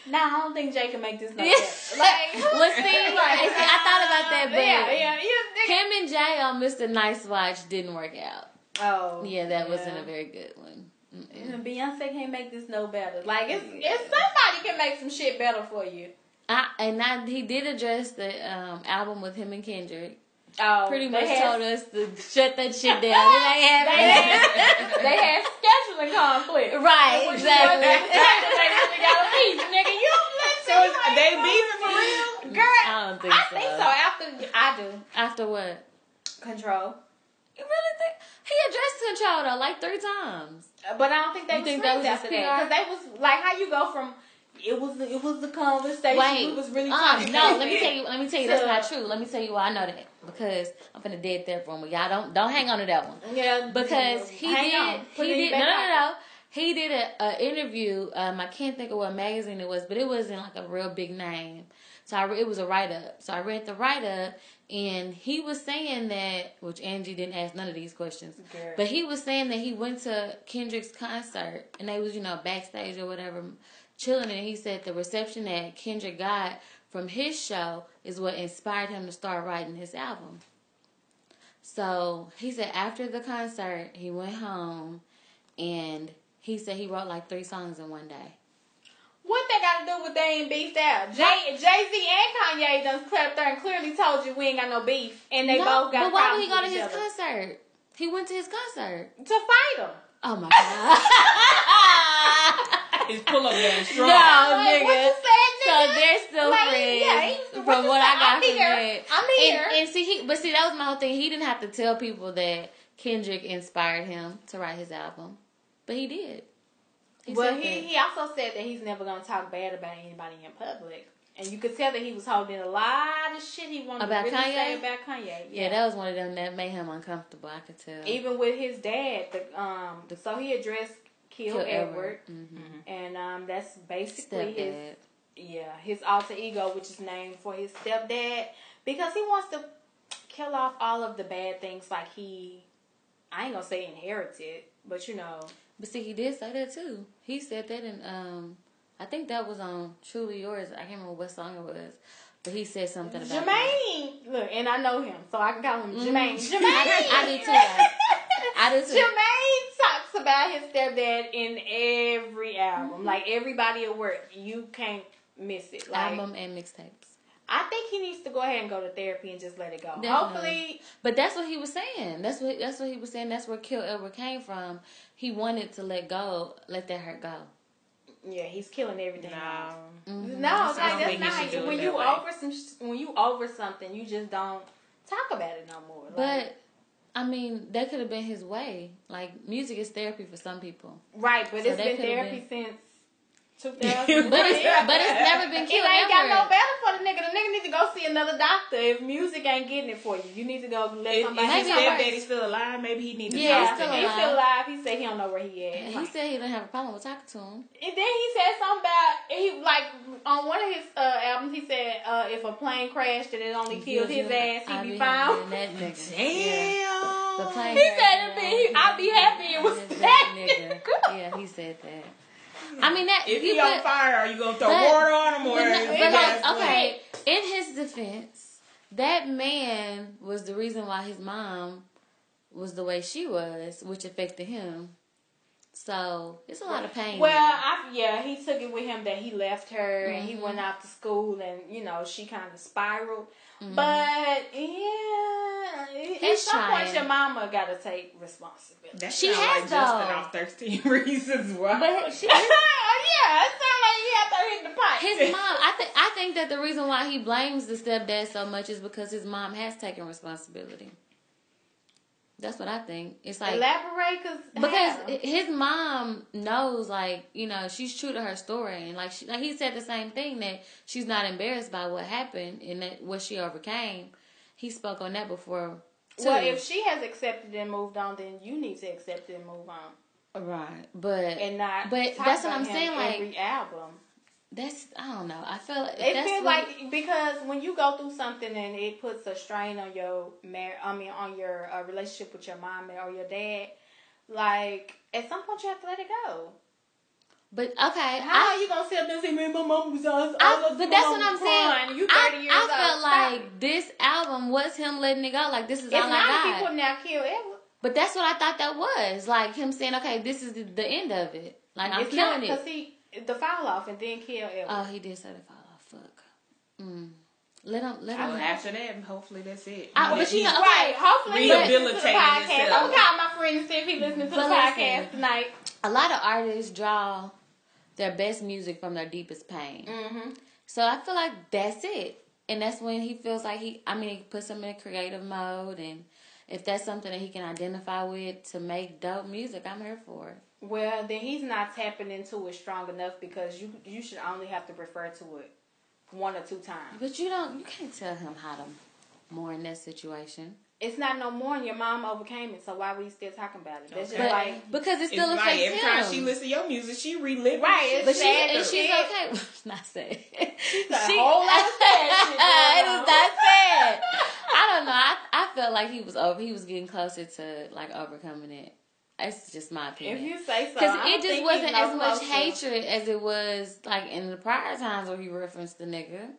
D: nah, I don't think Jay can make this no
C: Yeah.
D: better. Like,
C: Well, see, I- see, I thought about that, but-
D: yeah, yeah, you think-
C: Him and Jay on Mr. Nice Watch didn't work out.
D: Oh,
C: Yeah, that wasn't a very good one. Mm-mm.
D: And Beyonce can't make this no better. Like it's
B: Mm-hmm.
D: it's somebody can make some shit better for you.
C: I, and I, he did address the um, album with him and Kendrick.
D: Oh,
C: Pretty
D: they
C: much
D: had-
C: told us to shut that shit down. It ain't
D: They
C: happening.
D: had, they had scheduling conflict.
C: Right, exactly.
D: they really gotta leave, nigga. You
B: So
D: don't
B: is-
D: listen.
B: they beefing for real?
D: Girl,
C: I don't think
D: I
C: so.
D: think so. After I do
C: After what?
D: control,
C: You really think he addressed Control though like three times?
D: but I don't think they
C: You
D: was
C: think that
D: friends
C: was
D: after
C: just
D: that because they was like, how you go from it was the, it was the conversation we was really
C: uh,
D: talking.
C: no.
D: about
C: Let me
D: it.
C: tell you. Let me tell you. That's not true. Let me tell you why I know that because I'm finna dead that for him. Y'all don't don't hang on to that one.
D: Yeah,
C: because he
D: hang
C: did
D: on. Put
C: he
D: it
C: did no
D: back
C: no
D: out.
C: no no. he did a, a interview um I can't think of what magazine it was but it wasn't like a real big name so I re- it was a write up so I read the write up and he was saying that which Angie didn't ask none of these questions
D: Girl.
C: but he was saying that he went to Kendrick's concert and they was you know backstage or whatever chilling and he said the reception that Kendrick got from his show is what inspired him to start writing his album. So he said after the concert, he went home and he said he wrote like three songs in one day.
D: What they got to do with they ain't beefed out? Jay Jay Z and Kanye done slept there and clearly told you we ain't got no beef, and they
C: No,
D: both got
C: but why would he go to
D: problems
C: his
D: with each
C: concert? He went to his concert.
D: other. to fight him.
C: Oh my god.
B: It's pull up man strong.
C: no,
D: Like, what
C: nigga.
D: you said,
C: So
D: Oh, nigga?
C: they're still
D: Like,
C: friends.
D: yeah, he-
C: from
D: what
C: what,
D: you
C: I
D: said,
C: got
D: I'm
C: from
D: here.
C: that.
D: I'm here.
C: And, and see, he, but see, that was my whole thing. He didn't have to tell people that Kendrick inspired him to write his album, but he did. He
D: well,
C: said
D: he
C: that.
D: he also said that he's never gonna talk bad about anybody in public, and you could tell that he was holding a lot of shit he wanted
C: About
D: to really
C: Kanye?
D: say about Kanye.
C: Yeah, that was one of them that made him uncomfortable. I could tell.
D: even with his dad, the um,
C: The-
D: so he addressed Kill,
C: Kill
D: Edward,
C: Mhm.
D: and um, that's basically his
C: Stepdad.
D: Yeah, his alter ego, which is named for his stepdad, because he wants to kill off all of the bad things like he, I ain't gonna say inherited, but you know,
C: But see, he did say that too. He said that in um, I think that was on Truly Yours. I can't remember what song it was, but he said something about that.
D: Jermaine. Look, and I know him, so I can call him Jermaine. Jermaine.
C: Mm-hmm. I- I do too, guys. I do too.
D: Jermaine talks about his stepdad in every
C: Mm-hmm.
D: album, like everybody at work. You can't miss it. Like,
C: album and mixtapes.
D: I think he needs to go ahead and go to therapy and just let it go.
C: Definitely.
D: Hopefully,
C: But that's what he was saying. That's what that's what he was saying. That's where Kill Edward came from. He wanted to let go, let that hurt go.
D: yeah, he's killing everything. else.
B: No.
D: No, it's
B: I
D: like
B: don't
D: that's
B: think you
D: not how
B: should do
D: you,
B: it
D: when
B: that
D: you
B: way.
D: over some sh- when you over something, you just don't talk about it no more. Like,
C: But I mean, that could have been his way. Like music is therapy for some people.
D: right, but
C: so that
D: it's been
C: could've
D: therapy since 2000.
C: But it's, but it's never been
D: It
C: killed
D: ain't got
C: ever.
D: no better for the nigga. The nigga need to go see another doctor. If music ain't getting it for you, you need to go let
B: If, if
D: somebody.
B: his
C: Maybe it works.
B: stepdaddy's still alive, maybe he needs to
C: Yeah,
B: talk to
C: still
B: him.
D: He's still alive. He said he don't know where he
C: And
D: is.
C: he said he didn't have a problem with talking to him.
D: And then he said something about he like on one of his uh, albums. He said uh, if a plane crashed and it only killed his ass, he'd
C: I'd
D: be
C: happy than
D: fine.
C: That nigga. Yeah.
B: Damn.
C: The plane
D: He
C: crash
D: said it'd
C: down.
D: be- I'd be happy it was that
C: nigga.
D: nigga. Hmm.
C: Yeah, he said that. I mean that
B: If
C: you
B: he on
C: put-
B: fire, are you gonna throw
C: but-
B: water on him or?
C: But no-
B: big
C: but
B: ass
C: like,
B: wood?
C: okay, in his defense, that man was the reason why his mom was the way she was, which affected him. So it's a lot of pain.
D: Well,
C: there.
D: I, yeah, he took it with him that he left her and he
C: Mm-hmm.
D: went off to school and you know she kind of spiraled.
C: Mm-hmm.
D: But yeah, at
C: He's
D: some point
C: trying.
D: your mama gotta take responsibility.
B: That
C: She
B: sound
C: has,
B: like Justin
C: though.
B: off thirteen reasons why.
C: but she,
D: yeah, it sounds like you have to hit the pipe.
C: his mom, I think, I think that the reason why he blames the stepdad so much is because his mom has taken responsibility. That's what I think. It's like
D: Elaborate, cause
C: because
D: how?
C: his mom knows like you know she's true to her story and like she like he said the same thing that she's not embarrassed by what happened and that what she overcame he spoke on that before too.
D: well, if she has accepted and moved on, then you need to accept it and move on,
C: right but
D: and not.
C: But
D: talk
C: that's what
D: about
C: I'm
D: him
C: saying, like-
D: every album.
C: that's i don't know i feel like
D: It
C: that's
D: feels
C: what-
D: like because when you go through something and it puts a strain on your mar- I mean on your uh, relationship with your mom or your dad, like at some point you have to let it go.
C: but okay
D: How
C: I-
D: are you gonna sit up there and say, "Man, my mom was us"?
C: I-
D: all us-
C: but
D: my
C: that's
D: mom
C: what I'm
D: was crying."
C: saying.
D: You 30
C: I,
D: years
C: I
D: old.
C: felt
D: Stop it.
C: like oh this album was him letting it go. Like this is
D: it's
C: all I
D: not to
C: got.
D: keep putting out kill Edward.
C: but that's what I thought that was. Like him saying, "Okay, this is the, the end of it. Like I'm
D: it's
C: killing it."
D: not because he the foul off and then kill Edward.
C: Oh, he did say the fall off. Fuck. Mm. Let him. Let
B: Well,
C: him.
B: after that, hopefully that's it.
C: I-
B: But
C: but you
B: he-
C: know, okay,
D: Right. Hopefully, he listens to the
B: Rehabilitating
D: podcast. I'm
B: himself.
D: gonna call my friend and see if he listening to the
C: But
D: podcast
C: listen.
D: tonight.
C: a lot of artists draw their best music from their deepest pain.
B: Mm.
D: Mm-hmm.
C: So I feel like that's it, and that's when he feels like he. I mean, it puts him in a creative mode, and if that's something that he can identify with to make dope music, I'm here for it.
D: Well, then he's not tapping into it strong enough because you you should only have to refer to it one or two times.
C: But you don't. You can't tell him how to mourn that situation.
D: It's not no more, and your mom overcame it. So why we still talking about it? That's just
C: But
D: like
C: because it
B: It's
C: still
B: like
C: affects
B: every
C: him.
B: time she listens to your music, she reliving.
D: Right,
B: shit.
D: it's
C: But she
D: sad
C: and
D: though.
C: she's
D: Yeah.
C: okay. It's not sad.
D: a whole lot of sad shit
C: it
D: going
C: is
D: on.
C: not sad. I don't know. I I felt like he was over. He was getting closer to like overcoming it. That's just my
D: if
C: opinion.
D: you say so,
C: Because
D: I don't
C: it just
D: think
C: wasn't
D: he's no
C: as much
D: closer.
C: hatred as it was like in the prior times where he referenced the nigga.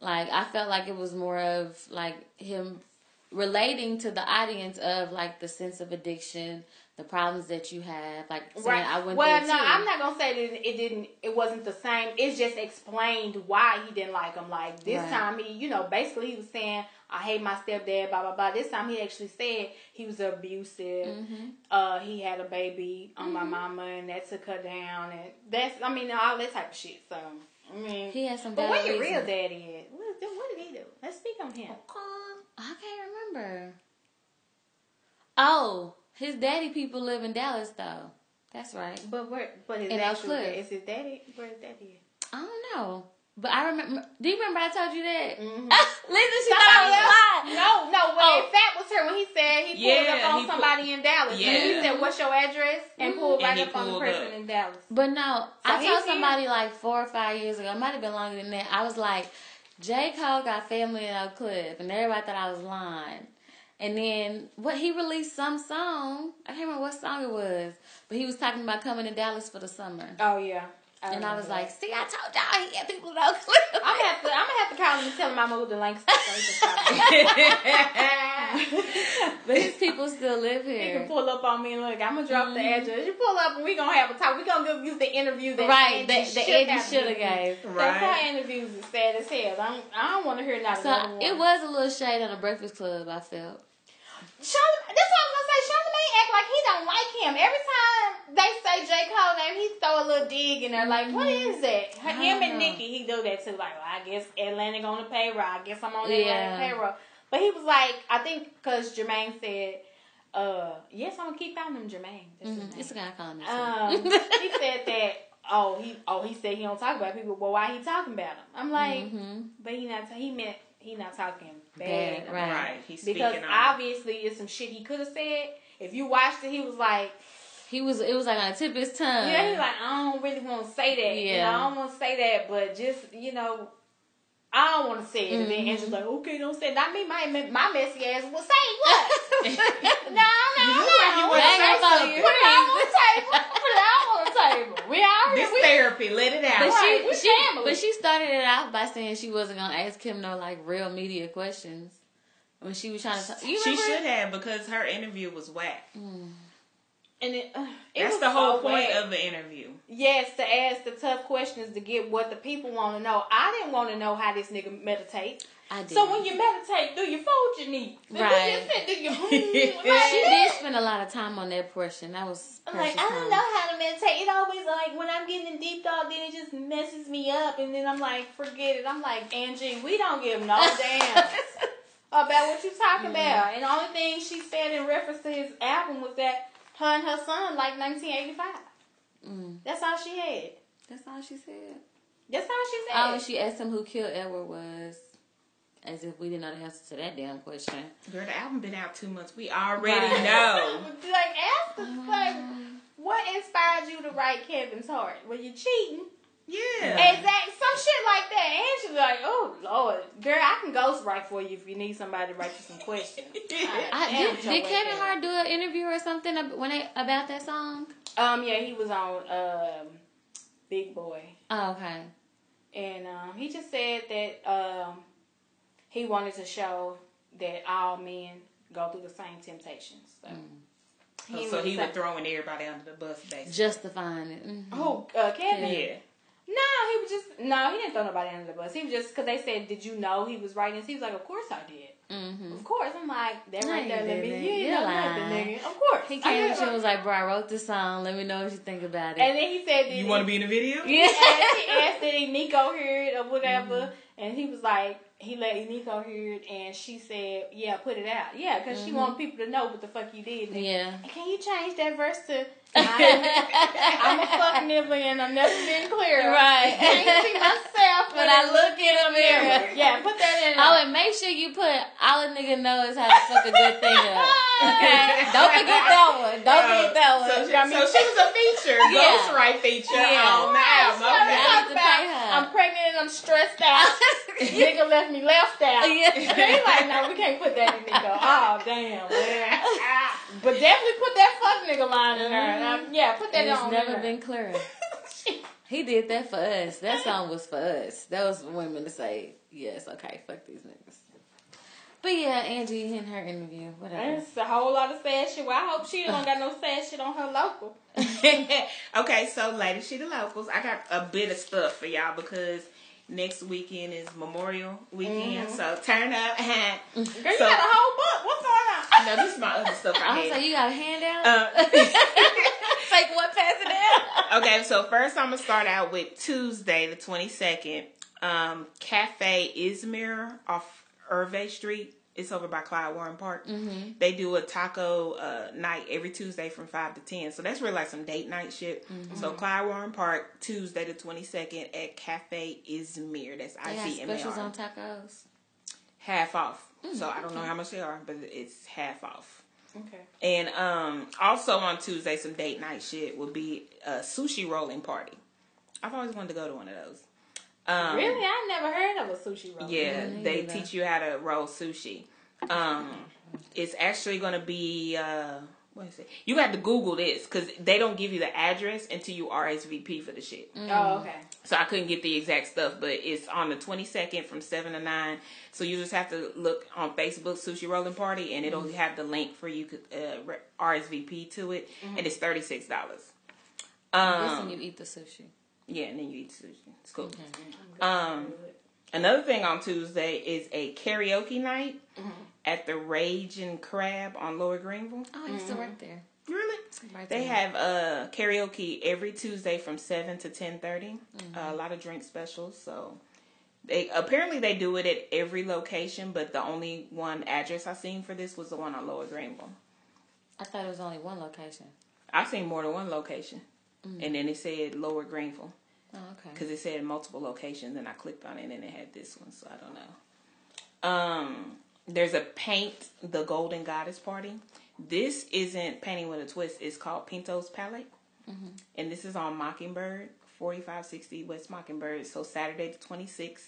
C: Like I felt like it was more of like him relating to the audience of like the sense of addiction, the problems that you have. Like saying,
D: Right.
C: I went
D: well,
C: through it
D: no,
C: too.
D: I'm not gonna say that it didn't. It wasn't the same. It's just explained why he didn't like him. Like this
C: Right.
D: time, he, you know, basically he was saying, "I hate my stepdad." Blah blah blah. This time, he actually said he was abusive.
C: Mm-hmm.
D: Uh, he had a baby on my mama, and that took her down. And that's, I mean, all that type of shit. So, I mean,
C: He had some
D: but
C: bad
D: where your real
C: reasons.
D: daddy at? What, what did he do? Let's speak on him.
C: I can't remember. Oh, his daddy people live in Dallas though. That's right.
D: But where? But his
C: In
D: actual
C: Oak Cliff.
D: is his daddy? Where his daddy? at?
C: I don't know. But I remember. Do you remember I told you that?
D: Mhm.
C: Listen, she thought
D: Somebody
C: I was lying.
D: No, no. When
C: Oh.
D: in fact was her when he said he pulled
B: Yeah,
D: up on
B: he pu-
D: somebody in Dallas. And he
B: Yeah.
D: said, "What's your address?" and pulled
B: And
D: right
B: he
D: up on the
B: pulled
D: person
B: up.
D: in Dallas.
C: But no, I
D: he
C: told
D: did-
C: somebody like four or five years ago. It might have been longer than that. I was like, J. Cole got family in Oak Cliff, and everybody thought I was lying. And then what he released some song. I can't remember what song it was, but he was talking about coming to Dallas for the summer.
D: Oh yeah.
C: And I
D: remember
C: was
D: that.
C: like, see, I told y'all he had people in Oak Cliff.
D: I'm gonna have to. I'm gonna have to call him and tell him I moved to Lancaster. So he can stop me.
C: But his people still live
D: He
C: here.
D: can pull up on me and look. I'm gonna drop the address. You pull up and we gonna have a talk. We gonna give you the interview that
C: Right,
D: Angie
C: the, the
D: should
C: Eddie
D: have
C: shoulda
D: given you.
C: gave.
D: That's how
B: right.
D: interviews is sad as hell. I don't, I don't want to hear not
C: So
D: another one.
C: it was a little shade on the Breakfast Club. I felt.
D: Charlamagne, that's what I was gonna say. Charlamagne act like he don't like him. Every time they say J. Cole name, he throw a little dig in there. Like, what is that?
C: Mm-hmm. I
D: Him and
C: know.
D: Nikki, he do that too. Like, well, I guess Atlantic on the payroll. I guess I'm on
C: Yeah.
D: Atlantic payroll. But he was like, I think because Jermaine said, uh, yes, I'm gonna keep calling him Jermaine. That's his
C: Mm-hmm. It's a
D: name.
C: guy calling me.
D: Um,
C: too.
D: he said that. oh he oh he said he don't talk about people. Well, why he talking about them? I'm like,
C: Mhm.
D: but he not he meant he not talking bad.
C: Bad, right.
B: Right. He's speaking
D: Because
B: on it.
D: obviously it's some shit he could have said. If you watched it, he was like,
C: He was. It was like on the tip of his tongue.
D: yeah, he's like, I don't really want to say that. You
C: Yeah.
D: know, I don't want to say that, but just you know, I don't want to say it. And then
B: Mm-hmm.
D: Angela's like, okay, don't say. It. Not me. My my messy ass will say what? no, no,
B: You
D: no.
B: look like you
D: Put
B: wanna
D: it
B: say
D: on
B: something.
D: the table. Put it on the table. We already
B: This
D: we
B: therapy, let it
C: But
B: out.
D: Right,
C: she,
D: we
C: she
D: family.
C: but she started it out by saying she wasn't gonna ask him no like real media questions when she was trying to. Talk. You
B: She
C: remember?
B: should have because her interview was whack.
D: And it, uh, it
B: That's
D: was
B: the whole
D: so
B: point
D: bad.
B: of the interview.
D: yes to ask the tough questions to get what the people want to know. I didn't want to know how this nigga meditate.
C: I did.
D: So when you meditate, do you fold your knees? Do
C: Right.
D: you sit? Do you?
C: she
D: like,
C: did spend a lot of time on that portion. That was
D: I'm like,
C: precious
D: I don't
C: time.
D: know how to meditate. It always like when I'm getting in deep thought, then it just messes me up, and then I'm like, forget it. I'm like, Angie, we don't give no damn about what you talking about. And the only thing she said in reference to his album was that her and her son like 1985.
C: Mm,
D: That's all she had.
C: that's all she said.
D: That's all she said.
C: Oh, and she asked him who killed Edward was, as if we didn't know the answer to that damn question.
B: Girl, the album been out two months. We already
C: Right.
B: know.
D: like, ask the
C: Oh.
D: like, what inspired you to write Kevin's Heart? Were you cheating?
B: Yeah.
D: Exact some shit like that. And she's like, oh lord, girl, I can ghostwrite for you if you need somebody to write you some questions.
C: I,
D: Damn,
C: did
D: Joe
C: did
D: Wade
C: Kevin
D: Bell.
C: Hart do an interview or something ab- when they, about that song?
D: Um, yeah, he was on um, Big Boy,
C: Oh, okay.
D: and um, he just said that um, he wanted to show that all men go through the same temptations. So,
B: Oh,
D: ain't
B: so
D: really
B: he
D: say-
B: was throwing everybody under the bus, basically.
C: Justifying it. Mhm.
D: Who, uh, Kevin?
B: Yeah.
D: No, he was just no. He didn't throw nobody under the bus. He was just because they said, "Did you know he was writing?" this?" He was like, "Of course I did.
C: Mhm.
D: Of course." I'm like, "That
C: No,
D: right
C: you
D: there, let me.
C: didn't.
D: You
C: You
D: ain't know
C: lied.
D: nothing, nigga. Of course."
C: He
D: I
C: came
D: didn't
C: to you and
D: know.
C: was like, "Bro, I wrote this song. Let me know what you think about it."
D: and then he said, that
B: You want to be in the video?
D: He asked, he asked that he Nico heard or whatever,
C: Mm-hmm.
D: and he was like, he let Nico hear it, and she said, "Yeah, put it out. Yeah, because she wanted people to know what the fuck you did." nigga.
C: Mm-hmm. yeah.
D: Can you change that verse to? I'm, I'm a fuck nigga and I've never been clear.
C: Right.
D: I can't see myself
C: But
D: when
C: I
D: I look in the mirror. Yeah, put that in.
C: Oh, and make sure you put all a nigga knows how to fuck a good thing up. Okay? Don't forget that one. Don't forget that one.
B: Oh, So, she, so she was a feature,
C: Yeah.
B: ghostwrite feature
C: Yeah.
B: on the album. Okay.
C: I need to pay her.
D: I'm pregnant and I'm stressed out. nigga left me left out.
C: Yeah.
D: They like, no, we can't put that in nigga. Oh damn, man. but definitely put that fuck nigga line in there. Um, yeah, put that
C: And it's
D: on.
C: never
D: there.
C: been clearer. He did that for us. That song was for us. That was for women to say, yes, okay, fuck these niggas. But yeah, Angie in her interview, whatever.
D: That's a whole lot of sad shit. Well, I hope she don't got no sad shit on her local.
B: okay, so Lady She the Locals, I got a bit of stuff for y'all because next weekend is Memorial
C: Mm-hmm.
B: Weekend, so turn up. no,
D: Girl, you
B: So-
D: got a whole book. What's going on?
B: this is my other stuff Uh, I
C: I was
B: had.
C: like, you got a handout?
B: Uh,
C: Fake what, pass it out?
B: okay, so first I'm gonna start out with Tuesday, the 22nd. Um, Cafe Izmir off Irve Street. It's over by Clyde Warren Park.
C: Mm-hmm.
B: They do a taco uh, night every Tuesday from five to ten. So that's really like some date night shit.
C: Mm-hmm.
B: So Clyde Warren Park Tuesday the 22nd at Cafe Izmir. That's I
C: They
B: C
C: got
B: M A
C: specials
B: R.
C: on Mm, tacos.
B: Half off. So I don't know how much they are, but it's half off.
D: Okay.
B: And um, also on Tuesday, some date night shit will be a sushi rolling party. I've always wanted to go to one of those. Um,
D: Really? I never heard of a sushi roll.
B: Yeah,
C: Me
B: they
C: neither.
B: teach you how to roll sushi. Um, it's actually gonna be uh, what is it? You have to Google this because they don't give you the address until you RSVP for the shit.
C: Mm.
D: Oh, okay.
B: So I couldn't get the exact stuff, but it's on the 22nd from 7 to 9. So you just have to look on Facebook Sushi Rolling Party and
C: Mm-hmm.
B: it'll have the link for you could uh, re- RSVP to it and it's $36.
C: Mm-hmm. Listen,
B: Um
C: you eat the sushi.
B: yeah, and then you eat sushi. It's cool. Um another thing on Tuesday is a karaoke night
C: Mm-hmm.
B: at the Rage and Crab on Lower Greenville.
C: Oh, I used to work there.
B: Really?
C: Right
B: They
C: there.
B: have uh, karaoke every Tuesday from seven to ten Uh, a lot of drink specials. So they apparently they do it at every location, but the only one address I seen for this was the one on Lower Greenville.
C: I thought it was only one location.
B: I've seen more than one location. and then it said Lower Greenville
C: Oh, okay.
B: because it said multiple locations, and I clicked on it and it had this one, so I don't know. Um, there's a paint the Golden Goddess party. This isn't painting with a twist. It's called Pinto's Palette, and this is on Mockingbird, 4560 West Mockingbird. So Saturday the 26th.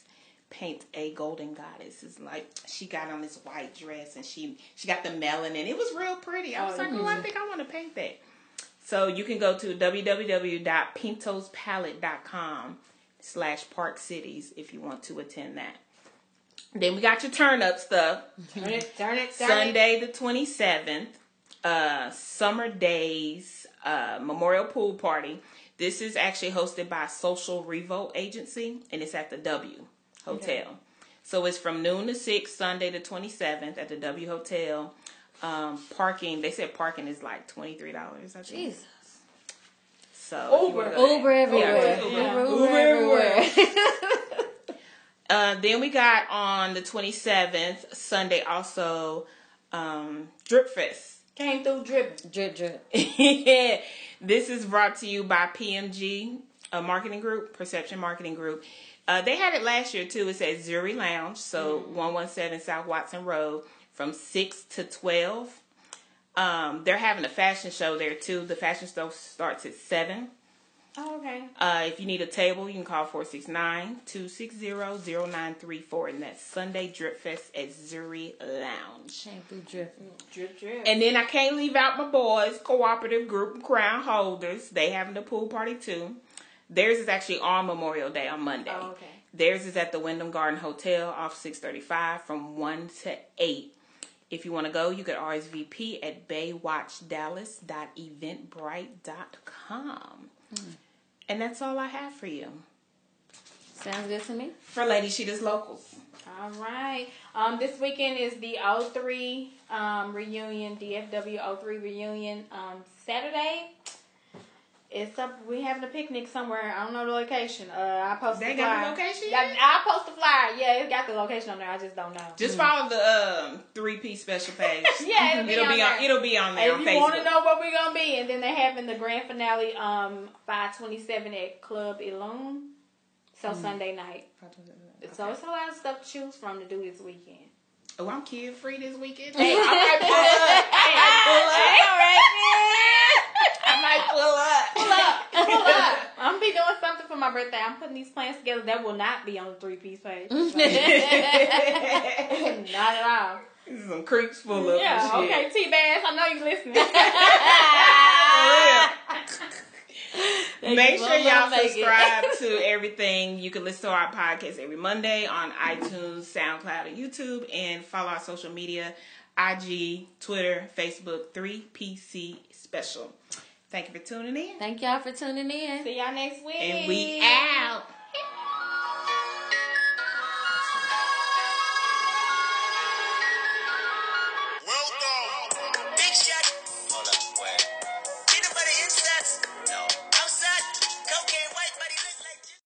B: Paint a golden goddess. It's like she got on this white dress and she she got the melanin. It was real pretty. I was like, oh, I think I want to paint that. So you can go to www.pintospalette.com slash park cities if you want to attend that. Then we got your turn up stuff.
D: Turn it, turn it, turn
B: Sunday
D: it.
B: the 27th, uh, Summer Days uh, Memorial Pool Party. This is actually hosted by Social Revolt Agency and it's at the W Hotel. So it's from noon to 6, Sunday the 27th at the W Hotel. Um, parking, they said parking is like $23, I think.
C: Jesus.
B: So if you wanna go there-
C: Uber everywhere.
B: Uber.
C: Uber, Uber,
B: Uber
C: everywhere.
B: Uh, then we got on the 27th, Sunday, also um, Drip Fest.
D: Came through dripping.
C: drip, drip.
B: this is brought to you by PMG, a marketing group, Perception Marketing Group. Uh, they had it last year too. It's at Zuri Lounge, so 117 South Watson Road from 6 to 12. Um, they're having a fashion show there too. The fashion show starts at 7.
D: Oh, okay.
B: Uh, if you need a table, you can call 469-260-0934, and that's Sunday Drip Fest at Zuri Lounge.
C: Came through drip.
D: Drip, drip.
B: And then I can't leave out my boys, Cooperative Group Crown Holders. They having a pool party too. Theirs is actually on Memorial Day on Monday.
D: Oh, okay.
B: Theirs is at the Wyndham Garden Hotel off 635 from 1 to 8. If you want to go, you could RSVP at baywatchdallas.eventbrite.com.
D: Hmm.
B: And that's all I have for you.
C: Sounds good to me.
B: For Lady She Just Locals.
D: All right. Um, this weekend is the 03 um, reunion, DFW 03 reunion. Um, Saturday, it's up. We having a picnic somewhere. I don't know the location. Uh, I post.
B: They
D: the
B: got the
D: flyer.
B: location
D: Yeah,
B: yet?
D: I post the flyer. Yeah, it got the location on there. I just don't know.
B: Just follow the um, 3P special page.
D: yeah, it'll be
B: it'll
D: on
B: be
D: there.
B: on it'll be on there
D: And
B: on
D: if you want to
B: Facebook.
D: know what we're gonna be, and then they having the grand finale, um, five twenty seven at Club Elon. So
B: Mm.
D: Sunday night. So it's a lot of stuff to choose from to do this weekend.
B: Oh, I'm kid free this weekend.
D: Hey, I might pull up. Hey, I
B: I might pull up.
D: pull up. I might pull up. Pull up. I'm gonna be doing something for my birthday. I'm putting these plans together that will not be on the three piece page. not at
B: Some creeps full
D: all.
B: up.
D: Yeah,
B: and Oh, shit.
D: okay, T Bass, I know you listening.
B: For real. Make
C: you.
B: sure
C: Well,
B: y'all
C: I'll make it.
B: subscribe to everything. You can listen to our podcast every Monday on iTunes, SoundCloud, and YouTube, and follow our social media IG, Twitter, Facebook, 3PC Special. Thank you for tuning in.
C: Thank y'all for tuning in.
D: See y'all next week.
B: And we out.